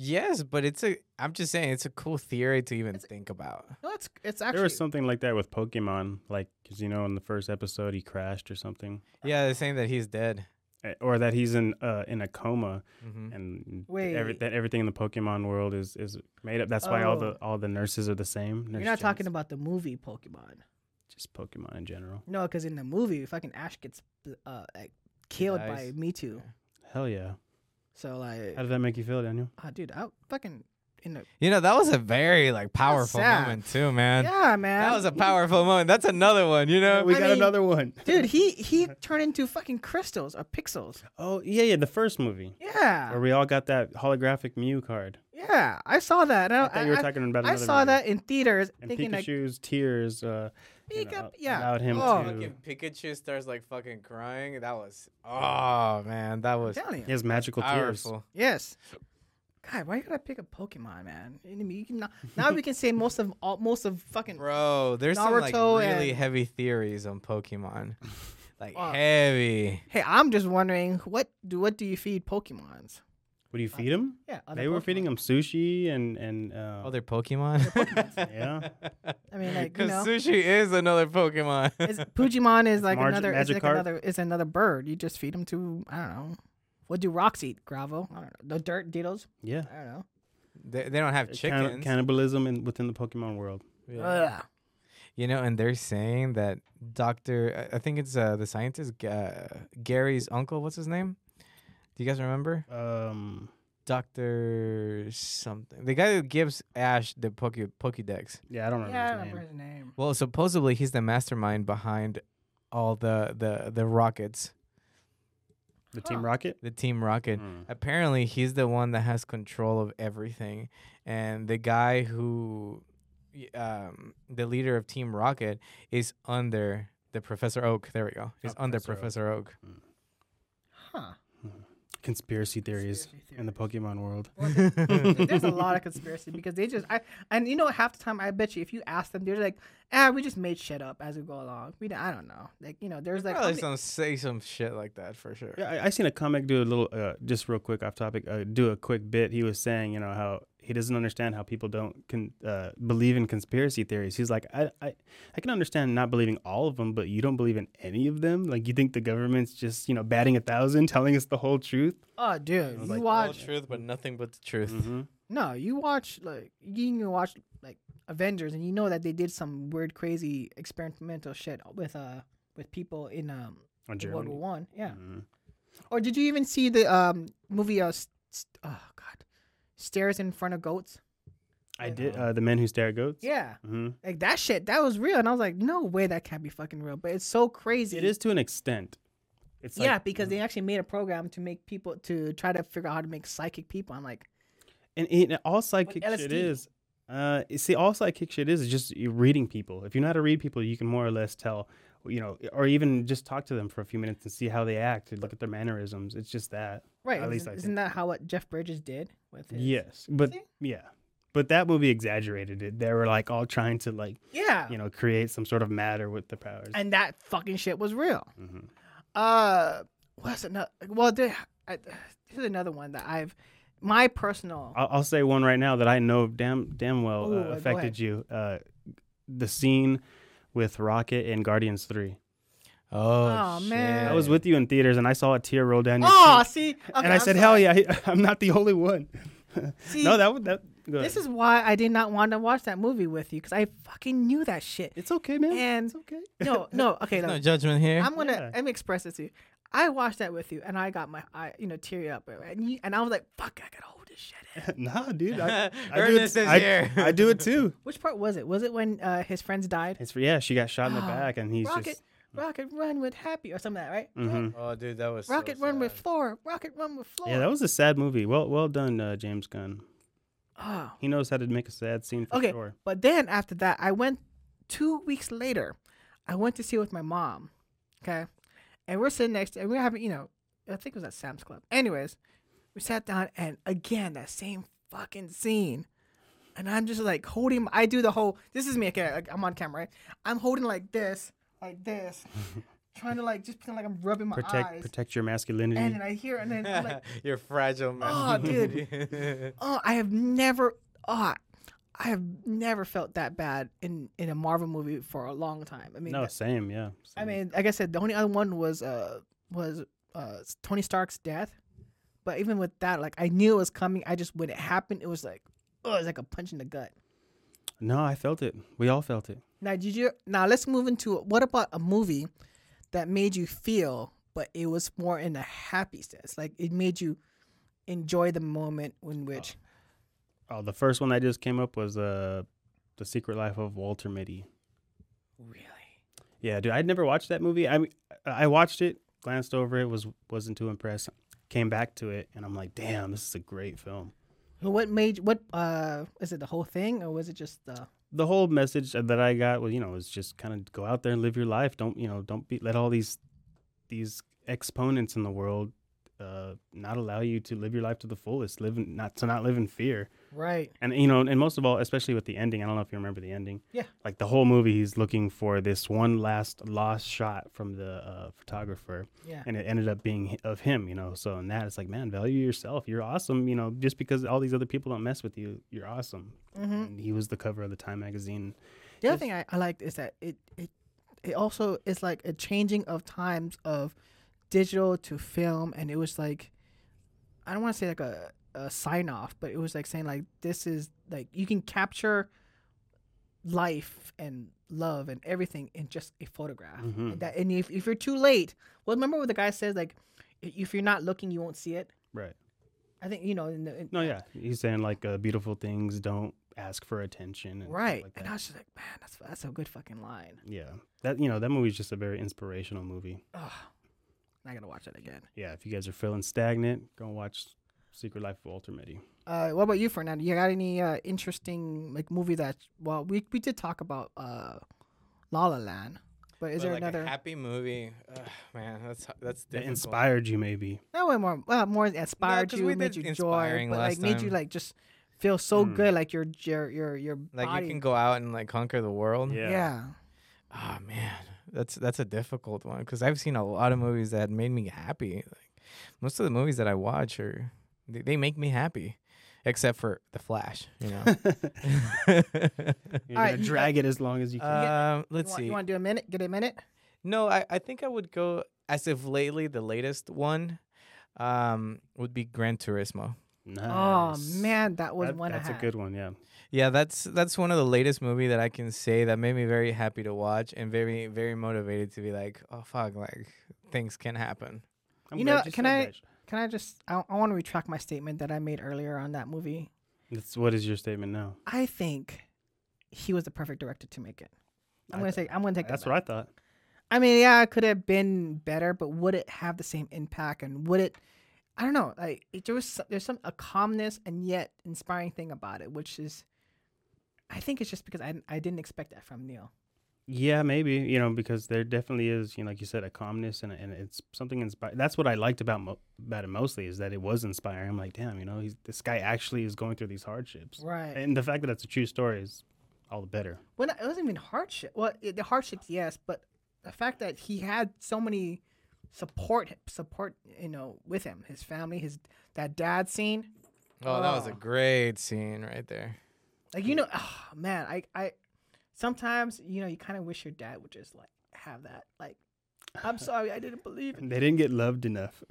S3: yes but it's a i'm just saying it's a cool theory to even think about
S1: No, it's it's actually
S2: there was something like that with Pokemon, like because you know in the first episode he crashed or something,
S3: yeah they're saying that he's dead
S2: Eh, or that he's in uh, in a coma
S3: hmm
S2: and every,
S1: Wait.
S2: that everything in the Pokemon world is is made up. That's why all
S1: Oh.
S2: the all the nurses are the same.
S1: You're
S2: Nurse
S1: not talking
S2: Jane's-
S1: about the movie Pokemon.
S2: just Pokemon in general.
S1: No, because in the movie, fucking Ash gets uh, like, killed by
S3: dies.
S1: Mewtwo.
S2: Hell yeah!
S1: So like,
S2: How did that make you feel, Daniel?
S1: oh, dude, I fucking in the
S3: you know that was a very like powerful
S1: sad.
S3: moment too man
S1: yeah, man.
S3: That was a powerful moment. That's another one, you know?
S1: we I got mean- another
S2: one.
S1: (laughs) dude. He he turned into fucking crystals or pixels.
S2: (laughs) Oh yeah, yeah, the first movie where
S1: Yeah,
S2: we all got that holographic Mew card.
S1: yeah. I saw that. and I,
S2: I thought you were
S1: I-
S2: talking about.
S1: I
S2: another
S1: saw
S2: movie.
S1: that in theaters,
S2: And
S1: thinking like,
S2: Pikachu's tears. Uh, you know,
S1: Pika-
S2: al-
S1: yeah.
S2: allowed him
S1: Oh.
S2: to.
S3: Fucking Pikachu starts like fucking crying. That was oh man, that
S1: I'm
S3: was
S1: telling you.
S2: His magical
S3: powerful.
S1: yes. God, why you gotta pick a Pokemon, man? You know, you can, now we can say most of all, most of fucking
S3: Bro, there's some
S1: Naruto
S3: like really
S1: and-
S3: heavy theories on (laughs) Pokemon. Like
S1: Fuck.
S3: heavy.
S1: Hey, I'm just wondering what do what do you feed Pokemons?
S2: tears. Would you feed him?
S1: Yeah, Uh, other
S2: They were
S1: Pokemon.
S2: feeding him sushi and and uh,
S1: (laughs)
S3: Other Pokemon? (laughs)
S2: yeah.
S1: I mean, like you
S3: Because
S1: know,
S3: sushi is another Pokemon.
S1: is, Pujimon
S2: (laughs)
S1: is like
S2: Marg-
S1: another is like
S2: Magikarp?
S1: another is another bird. You just feed them to I don't know. What do rocks eat? Gravel? I don't know. The dirt diddles? (laughs)
S2: yeah.
S1: I don't know.
S3: (laughs) they, they don't have
S2: Canni-
S3: chickens.
S2: cannibalism in, within the Pokemon world.
S3: Yeah.
S1: Ugh.
S3: You know, and they're saying that Doctor, I I think it's uh, the scientist G- uh, Gary's uncle. What's his name? Do you guys remember?
S2: Um,
S3: Doctor something. The guy who gives Ash the Poke Pokedex.
S2: yeah, I don't remember
S1: Yeah, I
S2: his name.
S1: remember his name.
S3: Well, supposedly he's the mastermind behind all the the the rockets,
S2: The
S1: Huh.
S2: Team Rocket.
S3: the Team Rocket.
S2: Mm.
S3: Apparently, he's the one that has control of everything, and the guy who, y- um, the leader of Team Rocket, is under the Professor Oak. There we go. He's
S2: Oh,
S3: under
S2: Professor
S3: Professor Oak.
S1: Huh.
S2: Conspiracy theories
S1: Conspiracy
S2: in the Pokemon world.
S1: There's a lot of conspiracy because they just I and you know half the time I bet you if you ask them they're like ah we just made shit up as we go along we don't- I don't know like you know there's like how
S3: Probably
S1: many-
S3: some say some shit like that for sure.
S2: Yeah, I, I seen a comic do a little, uh, just real quick off topic, uh, do a quick bit. He was saying, you know, how he doesn't understand how people don't con- uh, believe in conspiracy theories. He's like, I, I, I can understand not believing all of them, but you don't believe in any of them. Like, you think the government's just, you know, batting a thousand, (laughs) telling us the whole truth.
S1: oh dude you
S2: like,
S3: All
S1: watch
S3: truth, but nothing but the truth.
S2: Mm-hmm.
S1: No, you watch like you can watch like Avengers, and you know that they did some weird, crazy experimental shit with uh with people in um
S2: On
S1: in World War
S2: Germany.
S1: One. Yeah.
S2: Mhm.
S1: Or did you even see the um movie? Uh, st- oh God, stairs in front of goats.
S2: I
S1: Yeah.
S2: did uh, the men who stare at goats.
S1: Yeah,
S2: hmm
S1: like that shit. That was real, and I was like, no way, that can't be fucking real. But it's so crazy.
S2: It is to an extent. It's like, mm.
S1: yeah, because they actually made a program to make people to try to figure out how to make psychic people. I'm like,
S2: and, and all psychic shit
S1: LSD.
S2: is. Uh, you see, all psychic shit is is just you reading people. If you know how to read people, you can more or less tell, you know, or even just talk to them for a few minutes and see how they act and look at their mannerisms. It's just that.
S1: right?
S2: At least
S1: isn't,
S2: I
S1: isn't that how what Jeff Bridges did with his?
S2: Yes, but
S1: See?
S2: yeah, but that movie exaggerated it. They were like all trying to like
S1: yeah,
S2: you know create some sort of matter with the powers.
S1: and that fucking shit was real.
S2: Mhm.
S1: Uh, what's another? Well, there, I, this is another one that I've my personal.
S2: I'll, I'll say one right now that I know damn damn well
S1: Ooh,
S2: uh,
S1: uh, go
S2: affected you. Uh, the scene with Rocket in Guardians Three.
S3: Oh,
S1: Oh, man.
S2: I was with you in theaters, and I saw a tear roll down your
S1: Oh,
S2: cheek,
S1: see, okay,
S2: and I
S1: I'm
S2: said,
S1: sorry.
S2: "Hell yeah, (laughs) I, am not the only one."
S1: See,
S2: no, that would that. Go
S1: this is
S2: ahead.
S1: why I did not want to watch that movie with you because I fucking knew that shit.
S2: It's okay, man.
S1: And-
S2: it's okay. (laughs)
S1: No, no, okay,
S3: No
S1: look,
S3: judgment here. (laughs)
S1: I'm gonna
S2: Yeah.
S1: let me express this to you. I watched that with you, and I got my, I, you know, teary up, and you, and I was like, "Fuck, I gotta hold this shit."
S2: (laughs)
S1: in.
S2: nah, dude.
S1: (laughs)
S2: I, I do it.
S3: Ernest is
S2: I-
S3: here.
S2: I do it too.
S1: Which part was it? Was it when uh, his friends died?
S2: (laughs) It's for yeah. She got shot in the
S1: Oh,
S2: back, and he's
S1: Rocket,
S2: just.
S1: rocket, run with happy or something like that, right?
S2: Mhm.
S3: (laughs) oh, dude, that was
S1: Rocket, run with floor. Rocket, run with floor.
S2: Yeah, that was a sad movie. Well, well done, uh, James Gunn.
S1: oh.
S2: He knows how to make a sad scene for
S1: Okay.
S2: sure.
S1: But then after that, I went two weeks later. I went to see it with my mom. Okay, and we're sitting next, to, and we're having, you know, I think it was at Sam's Club. Anyways, we sat down, and again that same fucking scene. And I'm just like holding. I do the whole. This is me. Okay, like, I'm on camera. Right? I'm holding like this, like
S2: (laughs)
S1: this, trying to like just pretend like I'm rubbing my
S2: Protect
S1: eyes.
S2: protect your masculinity.
S1: And then I hear, and then I'm like,
S3: (laughs) You're fragile, man.
S1: Oh,
S3: (laughs)
S1: oh, I have never, oh, I have never felt that bad in in a Marvel movie for a long time. I mean,
S2: no, same, yeah.
S1: I
S2: same.
S1: mean, like I said, the only other one was uh was uh Tony Stark's death, but even with that, like I knew it was coming. I just when it happened, it was like, oh, it's like a punch in the gut.
S2: no, I felt it. We all felt it.
S1: Now, did you? Now let's move into what about a movie that made you feel, but it was more in a happy sense, like it made you enjoy the moment in which.
S2: Oh, the first one that just came up was uh, the Secret Life of Walter Mitty.
S1: Really?
S2: Yeah, dude, I'd never watched that movie. I mean, I watched it, glanced over it, was wasn't too impressed. Came back to it, and I'm like, damn, this is a great film.
S1: Well, What made what uh is it the whole thing or was it just the
S2: the whole message that I got was, you know, was just kind of go out there and live your life. Don't you know? Don't be let all these these exponents in the world uh, not allow you to live your life to the fullest. Live in, not to not live in fear.
S1: right?
S2: And you know, and most of all, especially with the ending. I don't know if you remember the ending.
S1: Yeah.
S2: Like the whole movie, he's looking for this one last lost shot from the uh, photographer,
S1: Yeah.
S2: and it ended up being hi- of him. You know, so in that, it's like, man, value yourself. You're awesome. You know, just because all these other people don't mess with you, you're awesome. And he was the cover of the Time magazine.
S1: mm-hmm. The other
S2: Yes.
S1: thing I, I liked is that it it it also is like a changing of times of digital to film, and it was like I don't want to say like a, a sign off, but it was like saying like this is like you can capture life and love and everything in just a photograph.
S2: Mhm.
S1: And that and if if you're too late, well, remember what the guy says like i- if you're not looking, you won't see it.
S2: Right.
S1: I think you know. In the, in,
S2: No, yeah, he's saying like uh, beautiful things don't ask for attention. And stuff
S1: Right.
S2: like
S1: and
S2: that.
S1: I was just like, man, that's that's a good fucking line.
S2: yeah, that you know that movie's just a very inspirational movie.
S1: Ugh. I gotta watch it again.
S2: Yeah, if you guys are feeling stagnant, go watch Secret Life of Walter Mitty.
S1: Uh, what about you, Fernando? You got any uh, interesting like movie that? Well, we we did talk about uh, La La Land, but is there
S3: like
S1: another?
S3: a happy movie? Ugh, man, that's that's
S2: That
S3: difficult.
S2: inspired you, maybe.
S1: no, way more well, more inspired
S3: 'cause
S1: you,
S3: we
S1: made
S3: did
S1: you joy,
S3: inspiring
S1: but like
S3: last
S1: made you
S3: time. Hmm.
S1: like just feel so
S2: Mm.
S1: good, like your your your your
S3: Like
S1: body.
S3: you can go out and like conquer the world.
S1: yeah.
S2: (laughs)
S3: Oh man, that's that's a difficult one because I've seen a lot of movies that made me happy. Like most of the movies that I watch are they, they make me happy, except for The Flash.
S1: (laughs)
S3: You know. (laughs)
S2: You're
S1: All
S2: gonna
S1: right, you-
S2: drag it as long as
S1: Uh,
S2: you can.
S3: um,
S1: You
S3: let's
S1: want,
S3: see.
S1: you want to do a minute? Get a minute?
S3: No, I, I think I would go as if lately the latest one um would be Gran Turismo.
S2: Nice.
S1: Oh man, that was
S2: That-
S1: one. I
S2: That's a
S1: had.
S2: good one. Yeah.
S3: Yeah, that's that's one of the latest movie that I can say that made me very happy to watch and very very motivated to be like, oh fuck, like things can happen.
S2: I'm
S1: You
S2: glad
S1: know, can
S2: said
S1: I-
S2: that.
S1: Can I just? I, I want to retract my statement that I made earlier on that movie.
S2: That's what is your statement now?
S1: I think he was the perfect director to make it. I'm
S2: I
S1: gonna say I'm gonna take that
S2: That's
S1: back.
S2: what I thought.
S1: I mean, yeah, it could have been better, but would it have the same impact? And would it? I don't know. Like it, there was some, there's some a calmness and yet inspiring thing about it, which is, I think it's just because I I didn't expect that from Neil.
S2: Yeah, maybe you know because there definitely is you know like you said a calmness and, and it's something inspired. That's what I liked about mo- about it mostly is that it was inspiring. I'm like, damn, you know, he's, this guy actually is going through these hardships,
S1: Right.
S2: and the fact that that's a true story is all the better.
S1: Well, it wasn't even hardship. Well, it, the hardships, yes, but the fact that he had so many support, support, you know, with him, his family, his that dad scene,
S3: Oh, that was a
S1: Oh.
S3: great scene right there.
S1: like you know, oh, man, I, I, sometimes you know, you kind of wish your dad would just like have that, like, I'm
S3: (laughs)
S1: sorry, I didn't believe it.
S2: They didn't get
S1: (laughs)
S2: loved enough.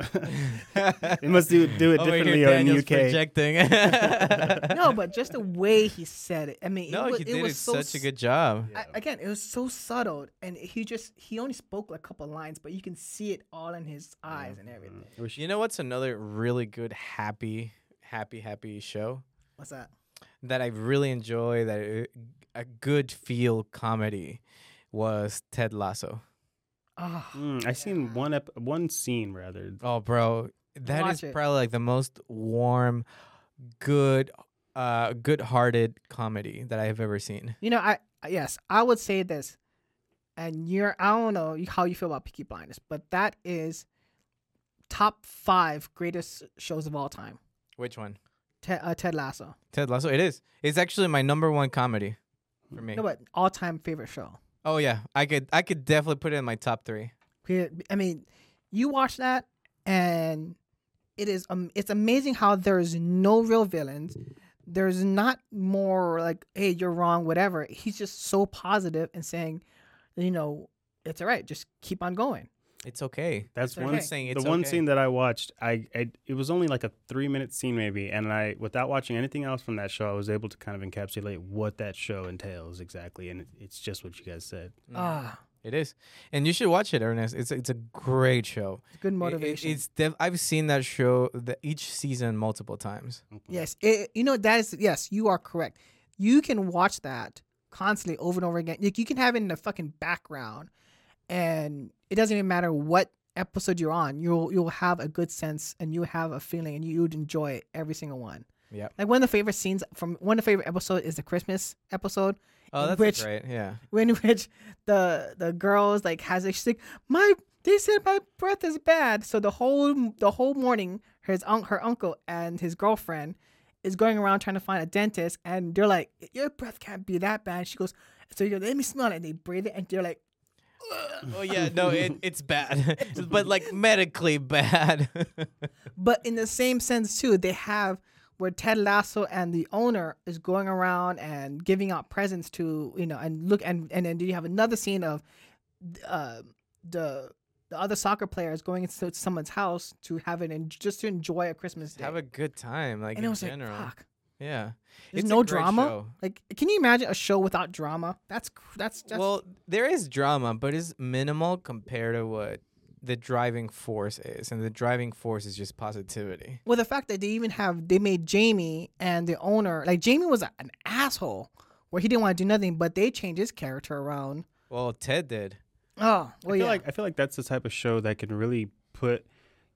S2: they must do do
S3: (laughs)
S2: it
S3: Over here,
S2: differently in
S3: Oh, Daniel's
S2: UK.
S3: (laughs) Projecting.
S1: No, but just the way he said it, I mean,
S3: no,
S1: it was,
S3: he did
S1: it
S3: it
S1: was so
S3: such a
S1: s-
S3: good job.
S1: I, again, it was so subtle, and he just he only spoke a couple lines, but you can see it all in his eyes
S3: Mm-hmm.
S1: and everything.
S2: I wish-
S3: You know what's another really good happy, happy, happy show
S1: What's that?
S3: that I really enjoy that it, a good feel comedy was Ted Lasso.
S1: Ah.
S2: Mm, I seen
S1: Yeah.
S2: one ep- one scene rather.
S3: Oh, bro, that is
S1: Watch it.
S3: probably like the most warm, good, uh, good-hearted comedy that I have ever seen.
S1: You know, I yes, I would say this, and you're I don't know how you feel about Peaky Blinders, but that is top five greatest shows of all time.
S3: Which one?
S1: Te- uh, Ted Lasso.
S3: Ted Lasso. It is. It's actually my number one comedy for me.
S1: No, but all time favorite show.
S3: oh yeah, I could I could definitely put it in my top three.
S1: Period. I mean, you watch that, and it is um, it's amazing how there is no real villains. There's not more like, hey, you're wrong, whatever. He's just so positive and saying, you know, it's all right. Just keep on going.
S3: It's okay.
S2: That's
S1: It's
S2: one.
S1: okay.
S2: s-
S3: Saying
S2: the
S3: it's
S2: one
S3: okay.
S2: scene that I watched, I, I it was only like a three minute scene maybe, and I without watching anything else from that show, I was able to kind of encapsulate what that show entails exactly, and it, it's just what you guys said.
S3: Mm.
S1: Ah,
S3: It is, and you should watch it, Ernest. It's it's a great show.
S1: it's good
S3: It- it-
S1: motivation.
S3: it's def- I've seen that show the, each season multiple times.
S2: Oh
S1: Yes, it, you know that is yes, you are correct. You can watch that constantly over and over again. Like you can have it in the fucking background, and it doesn't even matter what episode you're on. You'll you'll have a good sense, and you have a feeling, and you would enjoy it, every single one.
S3: Yep.
S1: Like one of the favorite scenes from one of the favorite episode is the Christmas episode,
S3: Oh, that's
S1: Which-
S3: great. Yeah.
S1: in which the the girls like has a she's like my they said my breath is bad. So the whole the whole morning, his un- her uncle and his girlfriend is going around trying to find a dentist, and they're like, "Your breath can't be that bad." She goes, "So you let me smell it." And they breathe it, and they're like,
S3: oh yeah, no, (laughs) it, it's bad, but like medically bad. (laughs)
S1: but in the same sense too, they have where Ted Lasso and the owner is going around and giving out presents to you know and look and and then you have another scene of uh, the the other soccer players going into someone's house to have it and just to enjoy a Christmas day.
S3: Have a good time, like
S1: and
S3: in
S1: it was
S3: general.
S1: like fuck.
S3: Yeah,
S1: There's
S3: It's a
S1: no
S3: great
S1: drama.
S3: show.
S1: Like, can you imagine a show without drama? That's cr- that's that's
S3: well, there is drama, but it's minimal compared to what the driving force is, and the driving force is just positivity.
S1: Well, the fact that they even have they made Jamie and the owner like Jamie was a- an asshole where he didn't want to do nothing, but they changed his character around.
S3: Well, Ted did.
S1: Oh, well,
S2: I feel
S1: yeah.
S2: like I feel like that's the type of show that can really put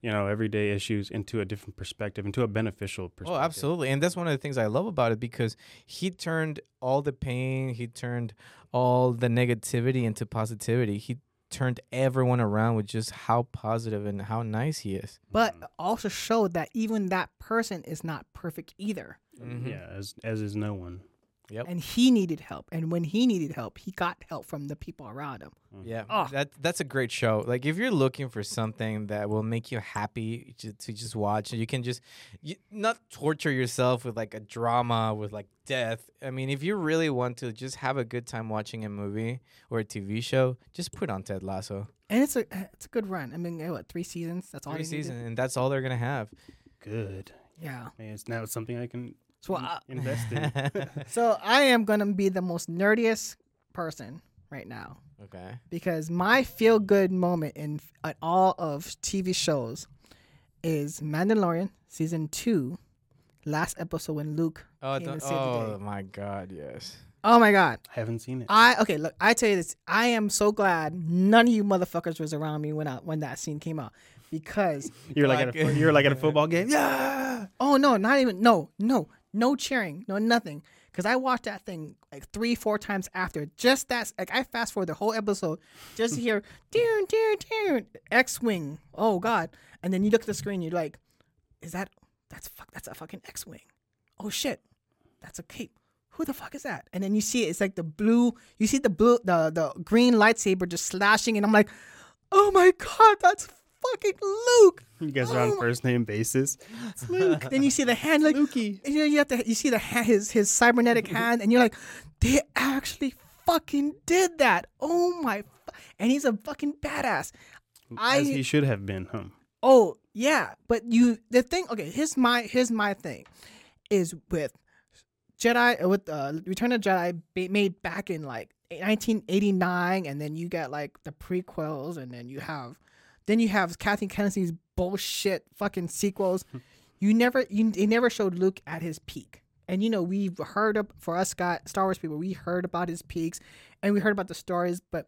S2: you know everyday issues into a different perspective, into a beneficial
S3: Oh,
S2: perspective.
S3: absolutely. And that's one of the things I love about it because he turned all the pain, he turned all the negativity into positivity. He turned everyone around with just how positive and how nice he is.
S1: but also showed that even that person is not perfect either,
S2: Mm-hmm.
S3: Mm-hmm.
S2: Yeah, as as is no one.
S3: Yep.
S1: and he needed help. And when he needed help, he got help from the people around him.
S3: Yeah.
S1: Oh.
S3: That that's a great show. Like if you're looking for something that will make you happy to, to just watch, you can just you, not torture yourself with like a drama with like death. I mean, if you really want to just have a good time watching a movie or a TV show, just put on Ted Lasso.
S1: And it's a it's a good run. I mean, eh, what three seasons? That's all.
S3: Three
S1: they needed?
S3: seasons, and that's all they're gonna have.
S2: Good.
S1: Yeah.
S2: Man, it's now it's something I can
S1: So I,
S2: (laughs)
S3: (laughs)
S2: invest in.
S1: so I am gonna be the most nerdiest person right now.
S3: okay.
S1: because my feel good moment in at all of TV shows is Mandalorian season two, last episode when Luke
S3: Oh,
S1: came
S3: don't-
S1: and saved the
S3: oh
S1: day.
S3: my God, yes.
S1: Oh my god.
S2: I haven't seen it.
S1: I okay, look, I tell you this. I am so glad none of you motherfuckers was around me when I when that scene came out. Because
S2: You're like, at a,
S3: Like-
S2: fo- you're like at a football game. Yeah.
S1: oh no, not even no, no, no cheering, no nothing. Cause I watched that thing like three, four times after. Just that like I fast forward the whole episode just to hear (laughs) doon doon doon X Wing. Oh god. And then you look at the screen, you're like, is that that's fuck that's a fucking X Wing. Oh shit. That's a cape. Who the fuck is that? And then you see it, it's like the blue you see the blue the the green lightsaber just slashing and I'm like, Oh my god, that's fucking Luke.
S2: You guys are
S1: Oh (laughs)
S2: on
S1: my-
S2: first name basis.
S1: It's Luke.
S2: (laughs)
S1: then you see the hand, like
S2: Lukey.
S1: You, know, you have to, you see the ha- his his
S2: (laughs)
S1: cybernetic hand, and you're like, they actually fucking did that. Oh my! Fu-. And he's a fucking badass. I
S2: As he should have been, huh?
S1: oh yeah, but you the thing. Okay, here's my here's my thing, is with Jedi with uh, Return of the Jedi ba- made back in like 1989, and then you got like the prequels, and then you have, then you have Kathleen Kennedy's bullshit fucking sequels. you never, you they never showed Luke at his peak, and you know we've heard of for us Scott Star Wars people, we heard about his peaks, and we heard about the stories, but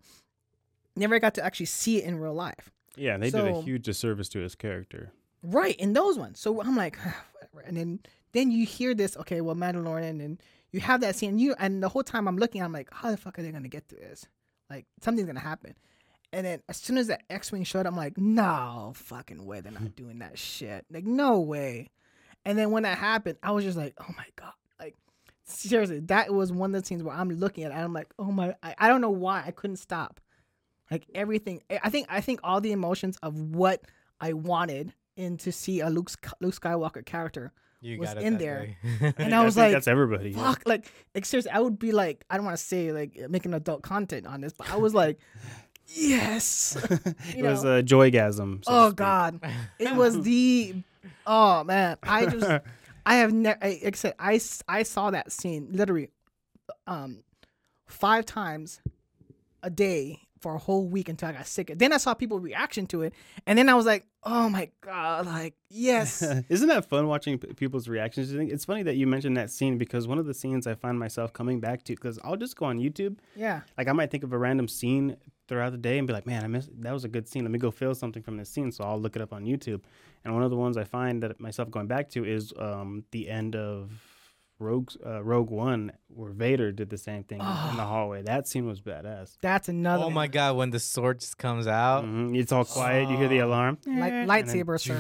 S1: never got to actually see it in real life.
S2: Yeah, they did a
S1: So-
S2: huge disservice to his character.
S1: Right, in those ones. So I'm like, (sighs) whatever. And then then you hear this, okay, well, Mandalorian, and you have that scene. You and the whole time I'm looking, I'm like, how the fuck are they gonna get through this? Like something's gonna happen. And then as soon as that X-wing showed, I'm like, no fucking way, they're not doing that shit. Like no way. And then when that happened, I was just like, oh my god, like seriously, that was one of the scenes where I'm looking at, it and I'm like, oh my, I, I don't know why I couldn't stop. Like everything, I I think I think all the emotions of what I wanted and to see a Luke Sk- Luke Skywalker character
S3: You
S1: was
S3: got it
S1: in
S3: that
S1: there.
S3: day.
S1: (laughs) And I was
S2: think
S1: like,
S2: that's everybody. yeah.
S1: fuck like, like seriously i would be like i don't want to say like making adult content on this but i
S3: (laughs)
S1: was like yes
S2: (laughs) it
S1: know.
S2: was a joygasm. so to
S1: oh
S2: speak.
S3: (laughs)
S1: god it was the oh man i just i have never except i s- I saw that scene literally um five times a day for a whole week until i got sick then i saw people reaction to it and then i was like oh my god like
S3: (laughs)
S1: yes
S2: (laughs) Isn't that fun watching p- people's reactions? to things? It's funny that you mentioned that scene because one of the scenes I find myself coming back to because I'll just go on YouTube.
S1: yeah
S2: Like I might think of a random scene throughout the day and be like, man, I missed that was a good scene. Let me go feel something from this scene. So I'll look it up on YouTube. And one of the ones I find that myself going back to is um, the end of Rogue uh, Rogue One, where Vader did the same thing in the hallway. That scene was badass.
S1: that's another
S3: oh
S1: one.
S3: my god, when the sword just comes out.
S2: Mhm. It's all quiet. You hear the alarm.
S1: Light, lightsaber
S2: (laughs)
S1: sir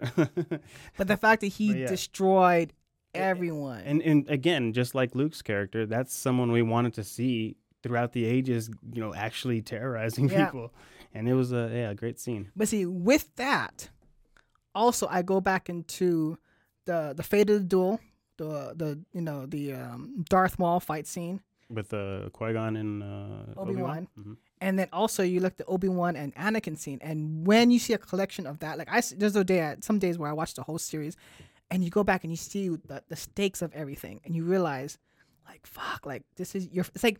S2: lightsaber.
S1: But the fact that he
S2: But yeah.
S1: destroyed everyone.
S2: and and again, just like Luke's character, that's someone we wanted to see throughout the ages, you know, actually terrorizing
S1: Yeah.
S2: people. And it was a yeah, a great scene.
S1: but see, with that, also I go back into the the fate of the duel, the the you know the um, Darth Maul fight scene,
S2: With uh, Qui Gon and uh,
S1: Obi-Wan.
S2: Mhm.
S1: and then also you look at the Obi Wan and Anakin scene. And when you see a collection of that, like I s- there's a day I, some days where I watch the whole series, and you go back and you see the the stakes of everything, and you realize, like fuck, like this is your it's like.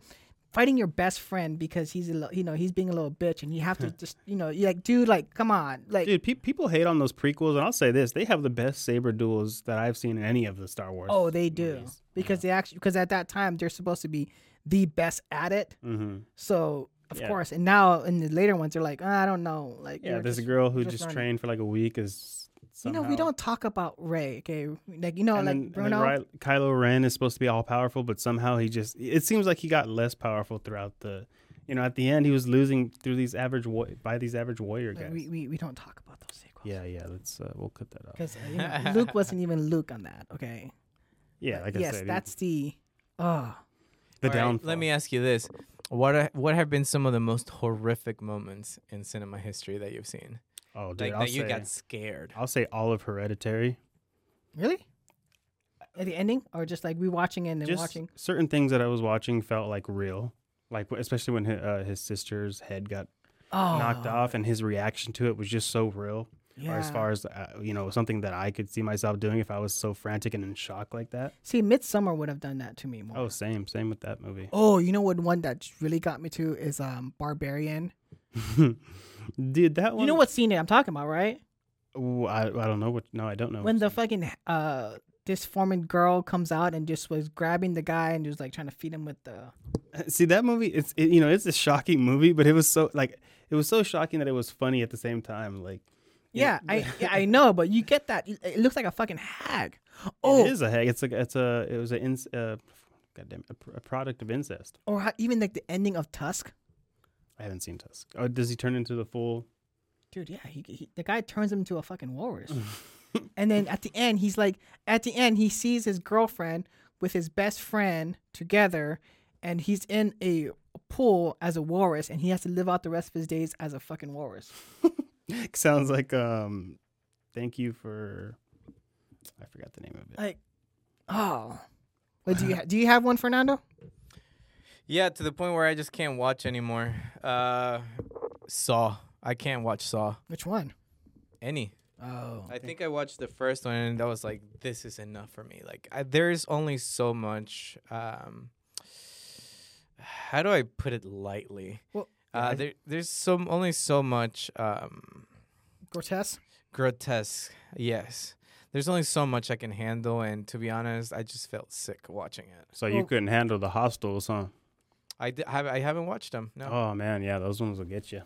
S1: Fighting your best friend because he's a lo- you know he's being a little bitch and you
S2: (laughs)
S1: have to just you know you're like dude like come on like
S2: Dude, pe- people hate on those prequels, and I'll say this: they have the best saber duels that I've seen in any of the Star Wars.
S1: Oh, they do
S2: movies.
S1: because they actually because at that time they're supposed to be the best at it.
S2: hmm
S1: So of
S2: Yeah.
S1: course, and now in the later ones they're like, "Ah, I don't know, like
S2: Yeah,
S1: you're
S2: there's a
S1: just-
S2: girl who
S1: just
S2: just
S1: learning.
S2: trained for like a week. Is
S1: You know, we
S2: somehow-
S1: don't talk about Ray, okay? Like you know,
S2: and
S1: like
S2: then,
S1: Bruno.
S2: and then Ry- Kylo Ren is supposed to be all powerful, but somehow he just it seems like he got less powerful throughout the you know, at the end he was losing through these average wa- by these average warrior
S1: like,
S2: guys.
S1: we, we we don't talk about those sequels.
S2: yeah, yeah, let's uh, we'll cut that out.
S1: because you know, Luke wasn't even Luke on that, okay?
S2: Yeah, like
S1: yes,
S2: I said,
S1: that's the. Oh,
S2: the
S3: All right,
S2: downfall.
S3: Let me ask you this: what are, what have been some of the most horrific moments in cinema history that you've seen?
S2: Oh, dude,
S3: like
S2: I'll,
S3: that
S2: say,
S3: you got scared.
S2: I'll say all of Hereditary.
S1: really? At the ending, or just like rewatching it and
S2: Just
S1: watching?
S2: certain things that I was watching felt like real. Like wh- especially when his, uh, his sister's head got
S1: Oh,
S2: knocked off, and his reaction to it was just so real. Or as
S1: yeah.
S2: far as uh, you know, something that I could see myself doing if I was so frantic and in shock like that.
S1: See, Midsummer would have done that to me more.
S2: Oh, same, same with that movie.
S1: Oh, you know what one that really got me too is um Barbarian. Oh.
S2: (laughs) Dude, that one.
S1: You know what scene I'm talking about, right?
S2: Ooh, I, I don't know what. No, I don't know.
S1: When the fucking uh this forming girl comes out and just was grabbing the guy and just like trying to feed him with the
S2: See that movie? It's it, you know it's a shocking movie, but it was so like it was so shocking that it was funny at the same time. Like
S1: yeah, I yeah, I know, but you get that. It- It looks like a fucking hag. Oh,
S2: it is a hag. It's like it's a it was a ins uh, goddamn a, pr- a product of incest.
S1: or how, even like the ending of Tusk,
S2: I haven't seen Tusk. Oh, does he turn into the full?
S1: dude. Yeah, he, he the guy turns him into a fucking walrus, and then at the end he's like, at the end he sees his girlfriend with his best friend together, and he's in a pool as a walrus, and he has to live out the rest of his days as a fucking walrus.
S2: (laughs) Sounds like um, thank you for. I forgot the name of it.
S1: Like, oh, but do you ha- do you have one, Fernando?
S3: Yeah, to the point where I just can't watch anymore. Uh, Saw. I can't watch Saw.
S1: Which one?
S3: Any.
S1: Oh,
S3: I think I watched the first one and that was like, this is enough for me. Like, I, there's only so much. Um, how do I put it lightly?
S1: Well,
S3: uh, there, there's some only so much um,
S1: grotesque.
S3: grotesque. Yes, there's only so much I can handle, and to be honest, I just felt sick watching it.
S2: So you
S1: Well-
S2: couldn't handle the hostels, huh?
S3: I d- have, I haven't watched them. No.
S2: Oh man, yeah, those ones will get you.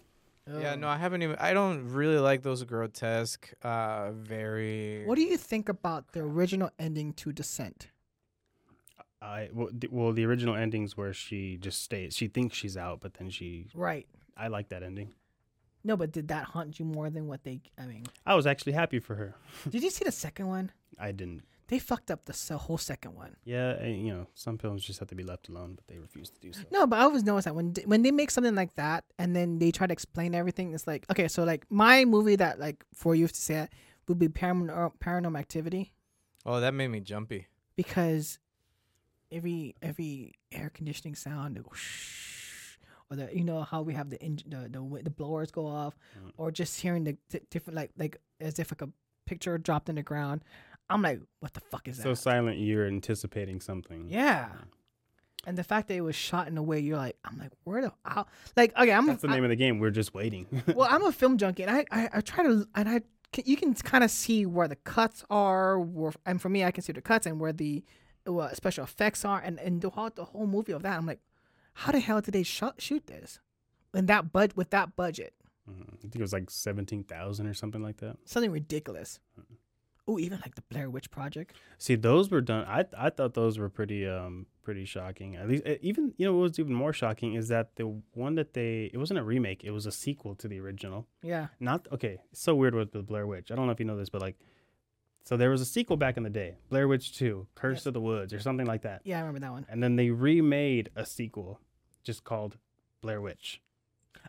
S1: Oh,
S3: Yeah, no, I haven't even. I don't really like those grotesque, uh, very.
S1: What do you think about the original ending to Descent?
S2: I well the, well, the original endings where she just stays. She thinks she's out, but then she.
S1: Right.
S2: I like that ending.
S1: No, but did that haunt you more than what they? I mean,
S2: I was actually happy for her.
S1: did you see the second one?
S2: I didn't.
S1: They fucked up the s- whole second one.
S2: Yeah, and, you know, some films just have to be left alone, but they refuse to do so.
S1: No, but I always notice that when d- when they make something like that and then they try to explain everything, it's like okay, so like my movie that like for you to say it would be Paranormal Paranormal Activity
S3: Oh, that made me jumpy.
S1: because every every air conditioning sound. the whoosh, Or the, you know how we have the engine, the, the wi- the blowers go off, or just hearing the di different like like as if like a picture dropped in the ground. I'm like, what the fuck is
S2: So
S1: that?
S2: silent, you're anticipating something.
S1: Yeah. And the fact that it was shot in a way you're like, I'm like, where the how? Like, okay, I'm
S2: That's the
S1: I-
S2: name of the game. We're just waiting. (laughs)
S1: well, I'm a film junkie, and I I, I try to and I can- you can kind of see where the cuts are, where, and for me, I can see the cuts and where the uh, special effects are, and and the whole, the whole movie of that. I'm like, how the hell did they shot, shoot this? And that bud with that budget,
S2: Mhm. I think it was like 17,000 or something like that.
S1: something ridiculous.
S2: Hmm.
S1: Oh, even like the Blair Witch Project.
S2: See, those were done. I I thought those were pretty um pretty shocking. At least eh, even you know what was even more shocking is that the one that they it wasn't a remake. It was a sequel to the original.
S1: Yeah.
S2: Not okay. It's so weird with the Blair Witch. I don't know if you know this, but like, so there was a sequel back in the day, Blair Witch Two: Curse of the Woods or something like that.
S1: Yeah, I remember that one.
S2: And then they remade a sequel, just called Blair Witch.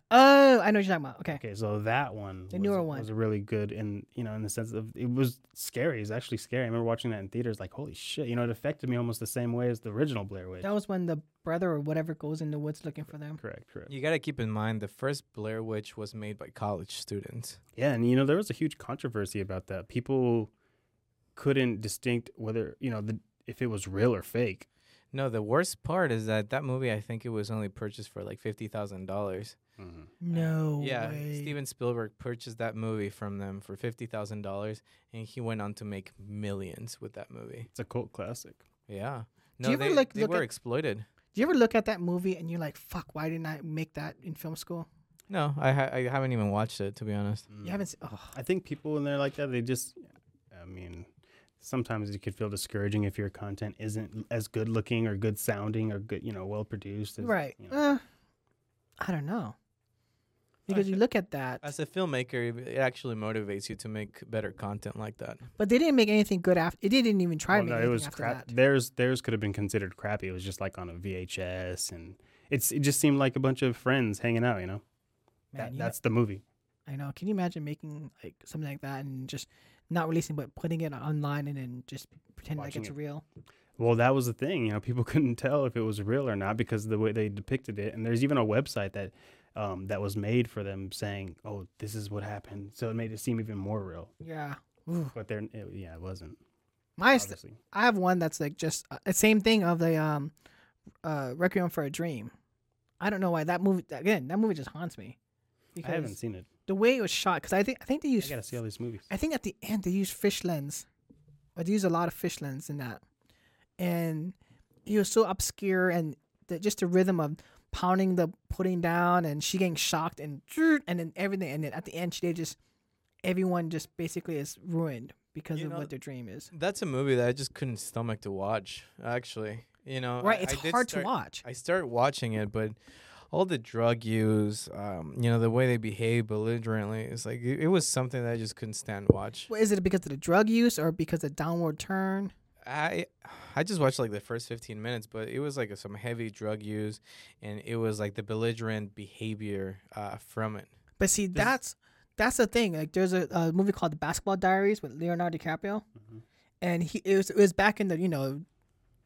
S1: Oh, I know what you're talking about. Okay.
S2: Okay, so that one,
S1: The
S2: was,
S1: newer one.
S2: was really good, and you know, in the sense of it was scary. It was actually scary. I remember watching that in theaters, like holy shit. You know, it affected me almost the same way as the original Blair Witch.
S1: That was when the brother or whatever goes in the woods looking for them.
S2: correct, correct.
S3: You gotta keep in mind the first Blair Witch was made by college students.
S2: Yeah, and you know, there was a huge controversy about that. People couldn't distinct whether you know the, if it was real or fake.
S3: No, the worst part is that that movie. I think it was only purchased for like fifty thousand dollars.
S1: No.
S3: Yeah,
S1: way.
S3: Steven Spielberg purchased that movie from them for fifty thousand dollars, and he went on to make millions with that movie.
S2: It's a cult classic.
S3: Yeah.
S1: Do
S3: No,
S1: you ever,
S3: they,
S1: like,
S3: they
S1: look
S3: were
S1: at-
S3: exploited.
S1: Do you ever look at that movie and you're like, fuck, why didn't I make that in film school?
S3: No, I ha- I haven't even watched it to be honest.
S2: Mm.
S1: You haven't seen, oh,
S2: I think people in there like that, they just, I mean, sometimes it could feel discouraging if your content isn't as good looking or good sounding or good, you know, well produced. as,
S1: right.
S2: you know.
S1: Uh, I don't know. Because you look at that,
S3: As a filmmaker, it actually motivates you to make better content like that.
S1: but they didn't make anything good after. It didn't even try to
S2: Well,
S1: make
S2: no,
S1: anything
S2: it was
S1: after
S2: crap.
S1: that.
S2: Theirs theirs could have been considered crappy. It was just like on a VHS, and it's it just seemed like a bunch of friends hanging out. You know,
S1: Man,
S2: that,
S1: you-
S2: that's the movie.
S1: I know. Can you imagine making like something like that and just not releasing, but putting it online and then just pretending like
S2: Watching
S1: it's
S2: it.
S1: real?
S2: Well, that was the thing. You know, people (laughs) couldn't tell if it was real or not because of the way they depicted it. And there's even a website that um, that was made for them saying, "Oh, this is what happened," so it made it seem even more real.
S1: Yeah. Ooh.
S2: But there, it, yeah, it wasn't.
S1: My, st-
S2: Obviously.
S1: I have one that's like just uh, the same thing of the um, uh, Requiem for a Dream. I don't know why that movie again. That movie just haunts me.
S2: I haven't seen it.
S1: the way it was shot because I think I think they
S2: I
S1: used
S2: gotta see all these movies.
S1: I think at the end they used fish lens but they use a lot of fish lens in that. And he was so obscure and the, just the rhythm of pounding the pudding down and she getting shocked and and then everything and then at the end she they just everyone just basically is ruined because
S3: You
S1: of
S3: know-
S1: what their dream is.
S3: That's a movie that I just couldn't stomach to watch. Actually, you know,
S1: Right,
S3: I-
S1: it's
S3: I did
S1: hard
S3: start-
S1: to watch.
S3: I started watching it, but all the drug use, um, you know, the way they behave belligerently, it's like it, it was something that I just couldn't stand to watch.
S1: Well, is it because of the drug use or because of downward turn?
S3: I I just watched like the first 15 minutes, but it was like some heavy drug use, and it was like the belligerent behavior uh, from it.
S1: But see, that's that's the thing. Like, there's a, a movie called The Basketball Diaries with Leonardo DiCaprio, and he it was it was back in the you know,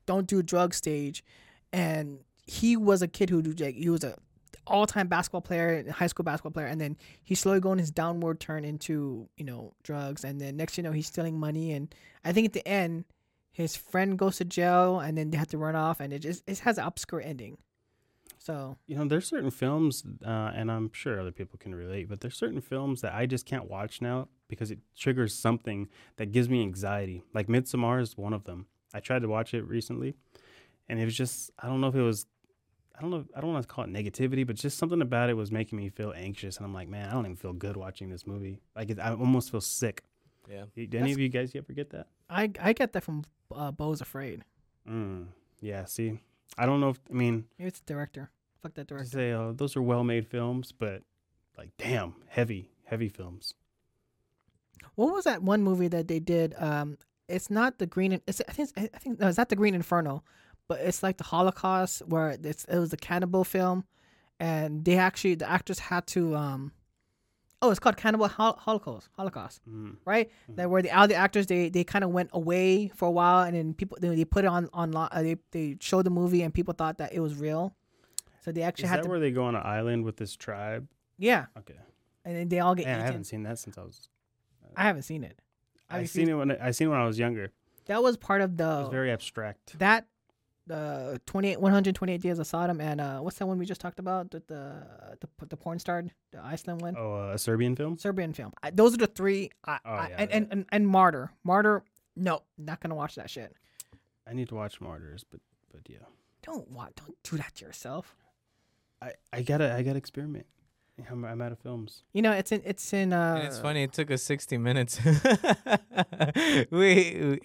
S1: don't do drugs stage, and he was a kid who do like he was a all time basketball player, high school basketball player, and then he's slowly going his downward turn into you know drugs, and then next you know he's stealing money, and I think at the end. His friend goes to jail, and then they have to run off, and it just it has an obscure ending. So
S2: You know, there's certain films, uh, and I'm sure other people can relate, but there's certain films that I just can't watch now because it triggers something that gives me anxiety. Like Midsommar is one of them. I tried to watch it recently, and it was just I don't know if it was, I don't know, I don't want to call it negativity, but just something about it was making me feel anxious, and I'm like, man, I don't even feel good watching this movie. Like it, I almost feel sick.
S3: Yeah.
S2: Did any
S1: That's-
S2: of you guys ever get that?
S1: I I get that from uh, Bo's Afraid.
S2: Mm, yeah. See, I don't know if I mean.
S1: Maybe it's the director. Fuck that
S2: to
S1: director.
S2: say uh, those are well-made films, but like, damn, heavy, heavy films.
S1: What was that one movie that they did? Um, it's not the Green. In- It's, I think. it's- I think no, it's not the Green Inferno, but it's like the Holocaust where it's it was a cannibal film, and they actually the actors had to um, oh, it's called Cannibal Hol- Holocaust. Holocaust,
S2: Mm.
S1: right? That where the all the actors they they kind of went away for a while, and then people they, they put it on on uh, they they showed the movie, and people thought that it was real, so they actually
S2: Is
S1: had
S2: that
S1: to
S2: where they go on an island with this tribe?
S1: yeah,
S2: Okay,
S1: and then they all get
S2: man, I
S1: eaten.
S2: haven't seen that since I was.
S1: I haven't seen it. I
S2: I,
S1: refuse- Oh.
S2: seen it when I, I seen it when I was younger.
S1: That was part of
S2: It
S1: the
S2: was very abstract.
S1: that uh 28 128 days of Sodom and uh what's that one we just talked about the the the, the porn star the Iceland one
S2: Oh, uh, a Serbian film.
S1: Serbian film. I, those are the three. I,
S2: Oh,
S1: I-
S2: yeah,
S1: and, and, and and Martyr Martyr. No, not gonna watch that shit.
S2: I need to watch Martyrs, but but yeah,
S1: Don't watch. Don't do that to yourself.
S2: I, I gotta I gotta experiment. I'm, I'm out of
S1: (laughs)
S2: films.
S1: You know it's in it's in. Uh,
S3: And it's funny. It took us 60 minutes. (laughs) we, we-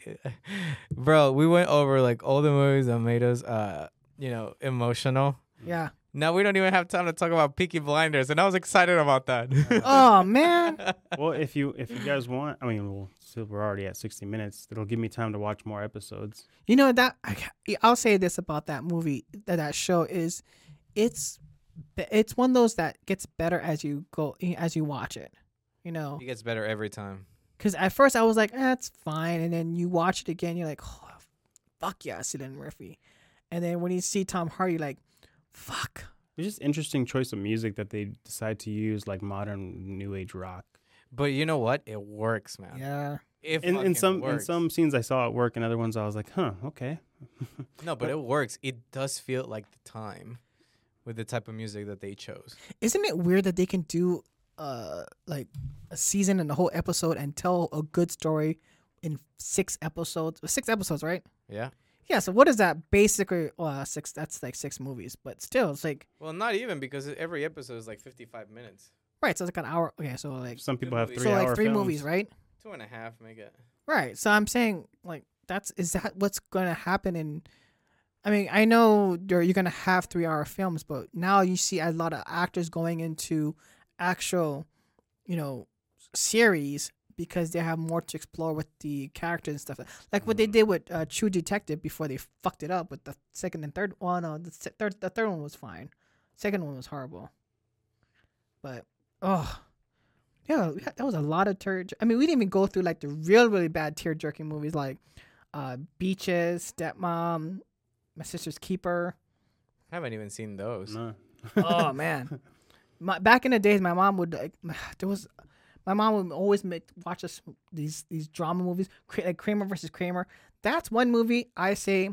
S3: bro, we went over like all the movies that made us, uh, you know, emotional.
S1: Yeah.
S3: Now we don't even have time to talk about Peaky Blinders, and I was excited about that. (laughs)
S1: Oh man. (laughs)
S2: Well, if you if you guys want, I mean, well, still we're already at 60 minutes. It'll give me time to watch more episodes.
S1: You know that I, ca- I'll say this about that movie that that show is, it's, be- it's one of those that gets better as you go as you watch it. You know,
S3: He gets better every time.
S1: because at first I was like, eh, it's fine, and then you watch it again, you're like, oh, fuck yeah, Cillian Murphy, and then when you see Tom Hardy, you're like, fuck,
S2: It's just interesting choice of music that they decide to use, like modern new age rock.
S3: But you know what? It works, man.
S1: yeah,
S3: It
S2: in,
S3: fucking
S2: in some
S3: works.
S2: in some scenes I saw it work, and other ones I was like, huh, okay.
S3: No, but it works. It does feel like the time with the type of music that they chose.
S1: isn't it weird that they can do uh like a season and a whole episode and tell a good story in six episodes, six episodes, right?
S3: Yeah.
S1: Yeah, so what is that basically uh six that's like six movies, but still it's like
S3: Well, not even because every episode is like 55 minutes.
S1: right, so it's like an hour okay, so like
S2: Some people have
S3: movie.
S2: three
S1: so like
S2: hour
S1: three
S2: films.
S1: movies, right?
S3: Two and a half, make it.
S1: Right. So I'm saying like that's is that what's gonna happen in I mean, I know you're you're gonna have three hour films, but now you see a lot of actors going into actual, you know, series because they have more to explore with the characters and stuff. Like what they did with uh, True Detective before they fucked it up with the second and third. Well, no, the se- third the third one was fine. Second one was horrible. But oh, yeah, we had- that was a lot of tear. I mean, we didn't even go through like the real really bad tear jerking movies like uh, Beaches, Stepmom, My Sister's Keeper.
S3: I haven't even seen those.
S2: No.
S1: Oh man, my back in the days, my mom would like (sighs) there was. My mom would always make watch us these these drama movies, Kra- like Kramer versus Kramer. That's one movie I say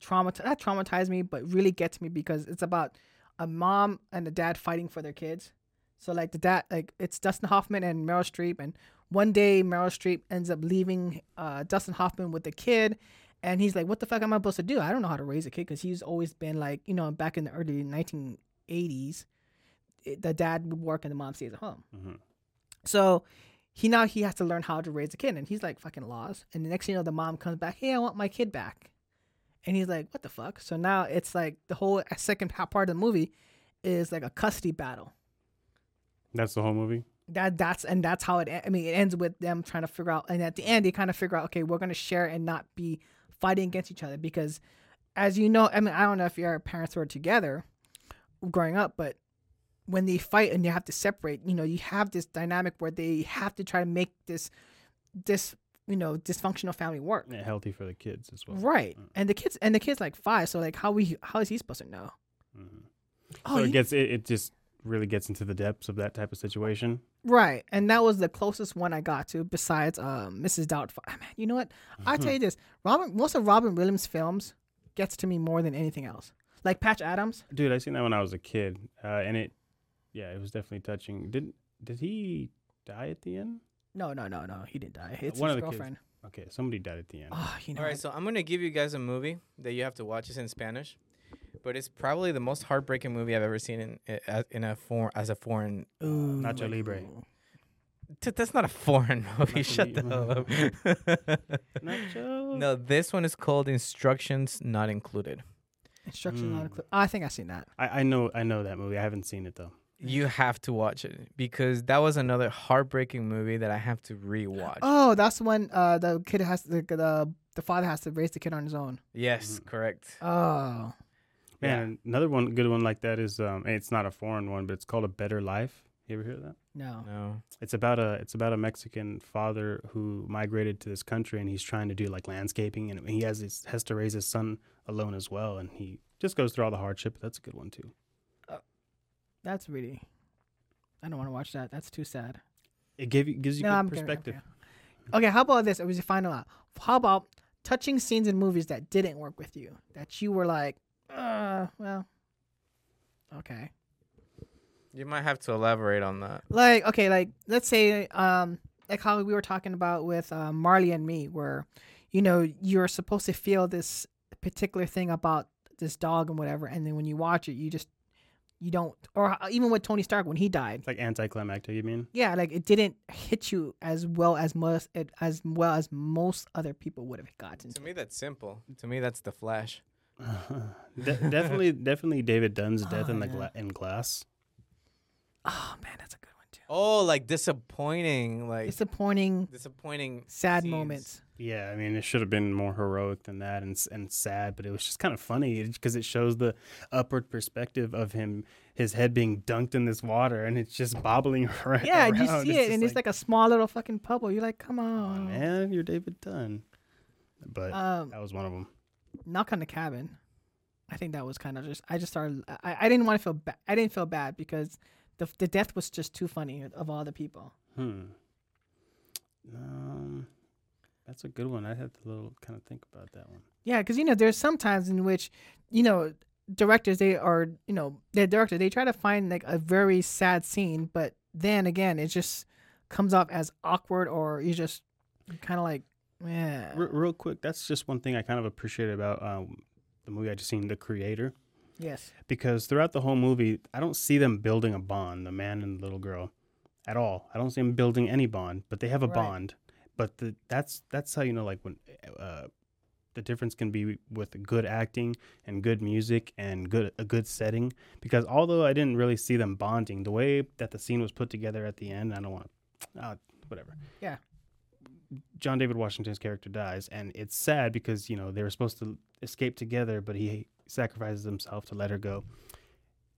S1: traumatized not traumatized me, but really gets me because it's about a mom and a dad fighting for their kids. So like the dad, like it's Dustin Hoffman and Meryl Streep, and one day Meryl Streep ends up leaving uh, Dustin Hoffman with the kid, and he's like, "What the fuck am I supposed to do? I don't know how to raise a kid because he's always been like, you know, back in the early 1980s, it- the dad would work and the mom stays at home.
S2: Mhm.
S1: So he now he has to learn how to raise a kid, and he's like fucking lost. And the next thing you know, the mom comes back, "Hey, I want my kid back," and he's like, "What the fuck?" So now it's like the whole uh, second pa- part of the movie is like a custody battle
S2: That's the whole movie.
S1: that that's and that's how it e- i mean it ends with them trying to figure out and at the end they kind of figure out okay we're going to share and not be fighting against each other because as you know i mean i don't know if your parents were together growing up but when they fight and you have to separate you know you have this dynamic where they have to try to make this this you know dysfunctional family work
S2: Yeah, healthy for the kids as well.
S1: right
S2: Mm.
S1: and the kids and the kids like five so like how we how is he supposed to know
S2: Mhm.
S1: oh
S2: so
S1: you-
S2: it gets it, it just really gets into the depths of that type of situation.
S1: Right, and that was the closest one I got to besides uh, Mrs. Doubtfire. Man, you know what? I
S2: Mm-hmm.
S1: tell you this, Robin. Most of Robin Williams' films gets to me more than anything else. Like Patch Adams.
S2: Dude, I seen that when I was a kid, uh, and it, yeah, it was definitely touching. Did did he die at the end?
S1: No, no, no, no. He didn't die. It's
S2: One
S1: his
S2: of the kids.
S1: girlfriend.
S2: Okay, somebody died at
S1: (laughs)
S2: the end.
S1: Oh, you know.
S3: All right,
S1: what?
S3: so I'm gonna give you guys a movie that you have to watch. It's in Spanish, but it's probably the most heartbreaking movie I've ever seen in a- in a foreign as a foreign. (laughs)
S1: Ooh.
S2: Nacho Libre.
S3: T- that's not a foreign (laughs) movie.
S2: Nacho
S3: Shut the hell up. (laughs)
S2: Nacho.
S3: no, this one is called Instructions Not Included.
S1: Instruction
S2: Mm.
S1: not included. I think I've seen that.
S2: I, I know I know that movie. I haven't seen it though.
S3: You have to watch it because that was another heartbreaking movie that I have to rewatch.
S1: Oh, that's when uh, the kid has the the the father has to raise the kid on his own.
S3: Yes,
S1: Mm-hmm.
S3: correct.
S1: Oh,
S2: Man, another one good one like that is um, and it's not a foreign one, but it's called A Better Life. You ever hear of that?
S1: no.
S3: No.
S2: It's about a it's about a Mexican father who migrated to this country and he's trying to do like landscaping and he has his, has to raise his son alone as well and he just goes through all the hardship. That's a good one too.
S1: That's really. I don't want to watch that. That's too sad.
S2: It gave you, gives you
S1: No,
S2: good
S1: I'm good, I'm
S2: perspective.
S1: Okay, how about this? It was your final out. How about touching scenes in movies that didn't work with you? That you were like, uh, well, okay.
S3: You might have to elaborate on that.
S1: Like, okay, like let's say um like how we were talking about with uh, Marley and me where you know, you're supposed to feel this particular thing about this dog and whatever and then when you watch it, you just you don't or even with Tony Stark when he died,
S2: It's like anticlimactic. You mean? (laughs)
S1: yeah, like it didn't hit you as well as most it, as well as most other people would have gotten.
S3: To me, that's simple. To me, that's the Flash.
S2: De- definitely, definitely David Dunn's death
S1: Oh,
S2: in the
S1: yeah.
S2: gla- in glass.
S1: Oh man, that's a good one too.
S3: Oh, like disappointing, like
S1: Disappointing,
S3: disappointing,
S1: sad
S3: scenes.
S1: moments.
S2: Yeah, I mean, it should have been more heroic than that and s- and sad, but it was just kind of funny because it shows the upward perspective of him, his head being dunked in this water and it's just bobbling (laughs) right.
S1: Yeah, and you
S2: around.
S1: see it, and it's like, a small little fucking bubble. You're like, come
S2: "Come on,
S1: on.
S2: man, you're David Dunn. But
S1: Um,
S2: that was one of them.
S1: knock on the cabin. I think that was kind of just. I just started. I, I didn't want to feel. Ba- I didn't feel bad because the the death was just too funny of all the people.
S2: Hmm. Um, that's a good one. I had to little kind of think about that one.
S1: Yeah, because you know, there's sometimes in which, you know, directors they are, you know, the director they try to find like a very sad scene, but then again, it just comes off as awkward or you just kind of like, yeah,
S2: Re- real quick, that's just one thing I kind of appreciate about um, the movie I just seen, The Creator.
S1: yes,
S2: because throughout the whole movie, I don't see them building a bond, the man and the little girl, at all. I don't see them building any bond, but they have a
S1: Right.
S2: bond. But the, that's that's how you know, like when uh, the difference can be with good acting and good music and good a good setting. Because although I didn't really see them bonding, the way that the scene was put together at the end, I don't want to, uh, whatever.
S1: Yeah.
S2: John David Washington's character dies, and it's sad because you know they were supposed to escape together, but he sacrifices himself to let her go.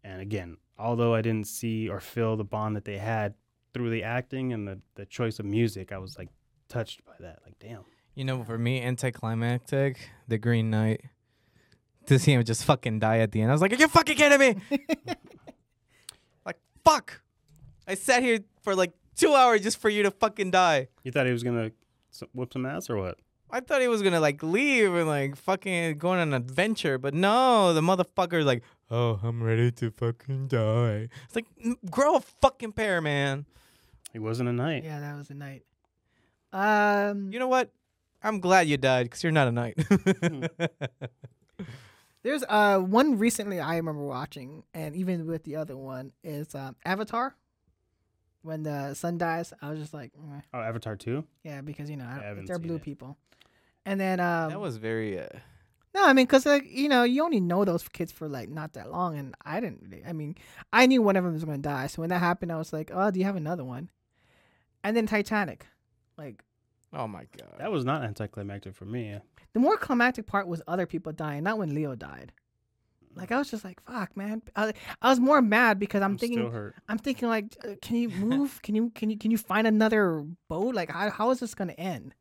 S2: And again, although I didn't see or feel the bond that they had through the acting and the, the choice of music, I was like touched by that. Like, damn.
S3: You know, for me, anticlimactic, The Green Knight. To see him just fucking die at the end, I was like, "Are you fucking kidding me?"
S1: (laughs)
S3: like, fuck! I sat here for like two hours just for you to fucking die.
S2: You thought he was going to whip some ass or what?
S3: I thought he was gonna like leave and like fucking go on an adventure, but no, the motherfucker's like, "Oh, I'm ready to fucking die." It's like, "N- grow a fucking pair, man.
S2: He wasn't a knight.
S1: yeah, that was the night. Um,
S3: You know what? I'm glad you died because you're not a knight.
S1: there's uh one recently I remember watching, and even with the other one is um, Avatar. When the sun dies, I was just like, "Meh."
S2: Oh, Avatar two.
S1: yeah, because you know I
S2: haven't
S1: they're
S2: seen
S1: blue
S2: it.
S1: people. And then um,
S3: (laughs) that was very. Uh,
S1: No, I mean, cause like you know, you only know those kids for like not that long, and I didn't. really- I mean, I knew one of them was gonna die, so when that happened, I was like, "Oh, do you have another one?" And then Titanic, like
S3: oh my god.
S2: That was not anticlimactic for me.
S1: the more climactic part was other people dying, not when Leo died. Like I was just like, "Fuck, man!" I, I was more mad because I'm,
S2: still
S1: thinking,
S2: hurt.
S1: I'm thinking like, uh, "Can
S2: (laughs)
S1: you move? can you can you can you find another boat? Like, how, how is this gonna end?"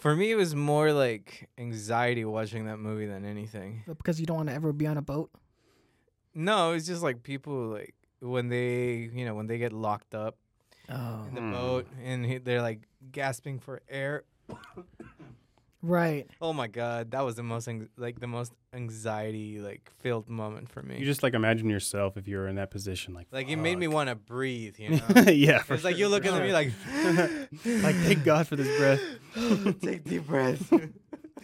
S3: For me, it was more like anxiety watching that movie than anything.
S1: Because you don't want to ever be on a boat.
S3: No, it's just like people like when they you know when they get locked up
S1: Oh,
S3: in the
S2: Hmm.
S3: boat and he- they're like gasping for air.
S2: (laughs)
S1: right.
S3: Oh my god, that was the most anx- like the most anxiety like filled moment for me.
S2: You just like imagine yourself if you were in that position, like
S3: like it made me
S2: fuck.
S3: want to breathe. (laughs) You
S2: (laughs)
S3: know,
S2: yeah, for
S3: it's like you
S2: sure,
S3: look
S2: for
S3: at me
S2: sure.
S3: (laughs)
S2: (laughs)
S3: like
S2: like thank God for this breath.
S3: (laughs)
S2: (laughs)
S3: take
S1: (laughs)
S3: deep breath.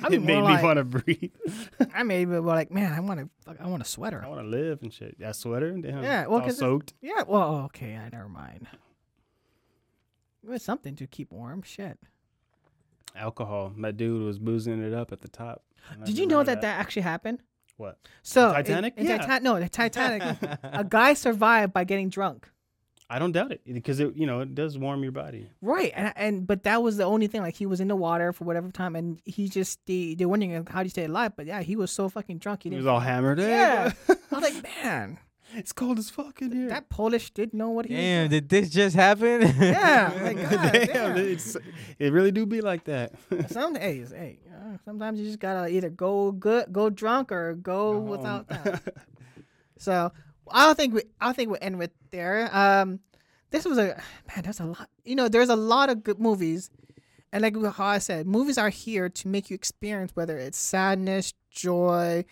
S1: I'm
S2: it made
S1: more
S2: me
S1: like-
S2: want to breathe.
S1: I made me like, man, I want to, I want a sweater.
S2: I want to live and shit. That sweater, damn.
S1: Yeah,
S2: it's
S1: well,
S2: all
S1: 'cause it's-
S2: soaked.
S1: Yeah, well, okay, I never mind. It was something to keep warm. Shit.
S2: Alcohol. That dude was boozing it up at the top. I
S1: Did you
S2: remember
S1: know that, that actually happened?
S2: What?
S1: So
S2: The Titanic?
S1: in- in
S2: Yeah.
S1: Titan- no, the
S2: (laughs)
S1: Titanic. a guy survived by getting drunk.
S2: I don't doubt it because it, you know, it does warm your body.
S1: Right, and and but that was the only thing. Like he was in the water for whatever time, and he just they they're wondering how do you stay alive. But yeah, he was so fucking drunk. He
S2: He
S1: didn't.
S2: was all hammered.
S1: (laughs)
S2: Hey,
S1: yeah, I was like,
S2: (laughs)
S1: man,
S2: it's cold as fuck in here. (laughs)
S1: that Polish did know what he.
S3: Damn,
S1: was
S3: did this just happen? (laughs)
S1: Yeah, like, God
S2: (laughs) damn,
S1: damn.
S2: it's, it really do be like that.
S1: (laughs)
S2: (laughs)
S1: Some hey, it's- hey, uh, sometimes you just gotta either go good, go drunk, or go without that. So I don't think we I don't think we'll end with there. Um this was a man, there's a lot you know, there's a lot of good movies. And like how I said, movies are here to make you experience whether it's sadness, joy,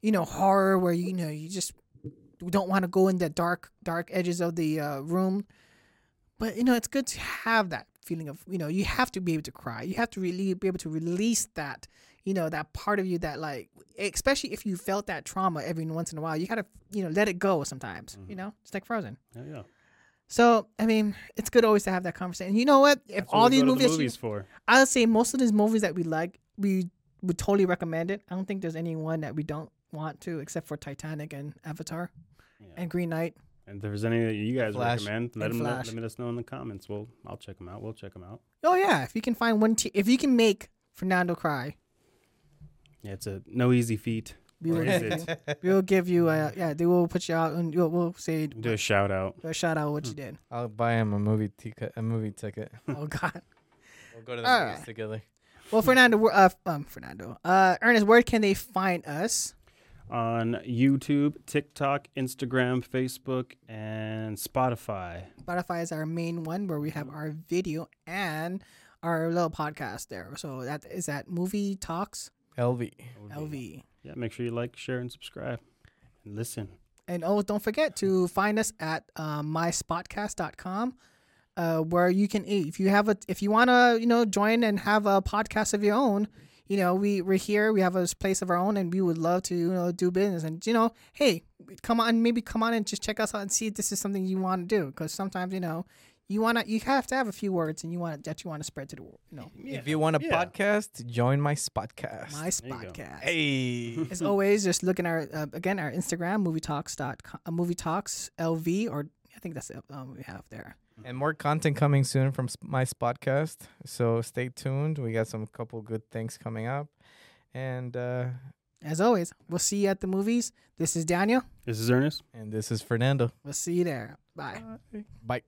S1: you know, horror where you know you just don't want to go in the dark dark edges of the uh, room. But you know, it's good to have that feeling of, you know, you have to be able to cry. You have to really be able to release that you know that part of you that like especially if you felt that trauma every once in a while you gotta you know let it go sometimes you
S2: Mm-hmm.
S1: know it's like frozen
S2: There you go.
S1: so i mean it's good always to have that conversation you know what if
S2: That's what
S1: all
S2: we
S1: these
S2: go to
S1: movies,
S2: the movies for.
S1: i would say most of these movies that we like we would totally recommend it i don't think there's any one that we don't want to except for titanic and avatar
S2: Yeah.
S1: and green knight
S2: And if there's any that you guys
S3: Flash.
S2: recommend, let,
S1: And
S2: them, let,
S1: Flash.
S2: let us know in the comments. We'll I'll check them out. We'll check them out.
S1: oh yeah if you can find one t- if you can make fernando cry
S2: Yeah, it's a no easy feat.
S1: we will,
S2: Or is
S1: give (laughs) you,
S2: it?
S1: we will give you a yeah they will put you out and we'll, we'll say
S2: Do a shout out.
S1: a shout out what you did
S3: (laughs) I'll buy him a movie ticket. A movie ticket.
S1: oh god
S3: We'll go to
S1: the All movies right.
S3: together.
S1: Well, Fernando, where- uh, um, Fernando, uh, Ernest, where can they find us?
S2: on YouTube, TikTok, Instagram, Facebook, and Spotify.
S1: Spotify is our main one where we have our video and our little podcast there. So that is that movie talks
S3: LV.
S1: LV.
S2: Yeah, make sure you like, share, and subscribe. And listen.
S1: And oh, don't forget to find us at um, myspotcast.com. Uh, where you can if you have a if you want to you know join and have a podcast of your own you know we we're here we have a place of our own and we would love to you know do business and you know hey come on maybe come on and just check us out and see if this is something you want to do because sometimes you know you want to you have to have a few words and you want that you want to spread to the world you know
S2: Yeah.
S3: If you want a
S2: Yeah.
S3: podcast, join my spotcast.
S1: my
S2: There you go.
S1: podcast
S3: hey.
S1: as always, just look at our uh, again our Instagram movietalks.com, uh, movietalks lv or I think that's it um, we have there.
S3: and more content coming soon from sp- my spotcast. So stay tuned. We got some couple good things coming up. And uh
S1: As always, we'll see you at the movies. This is Daniel.
S2: This is Ernest.
S3: and this is Fernando.
S1: We'll see you there. Bye.
S3: Bye.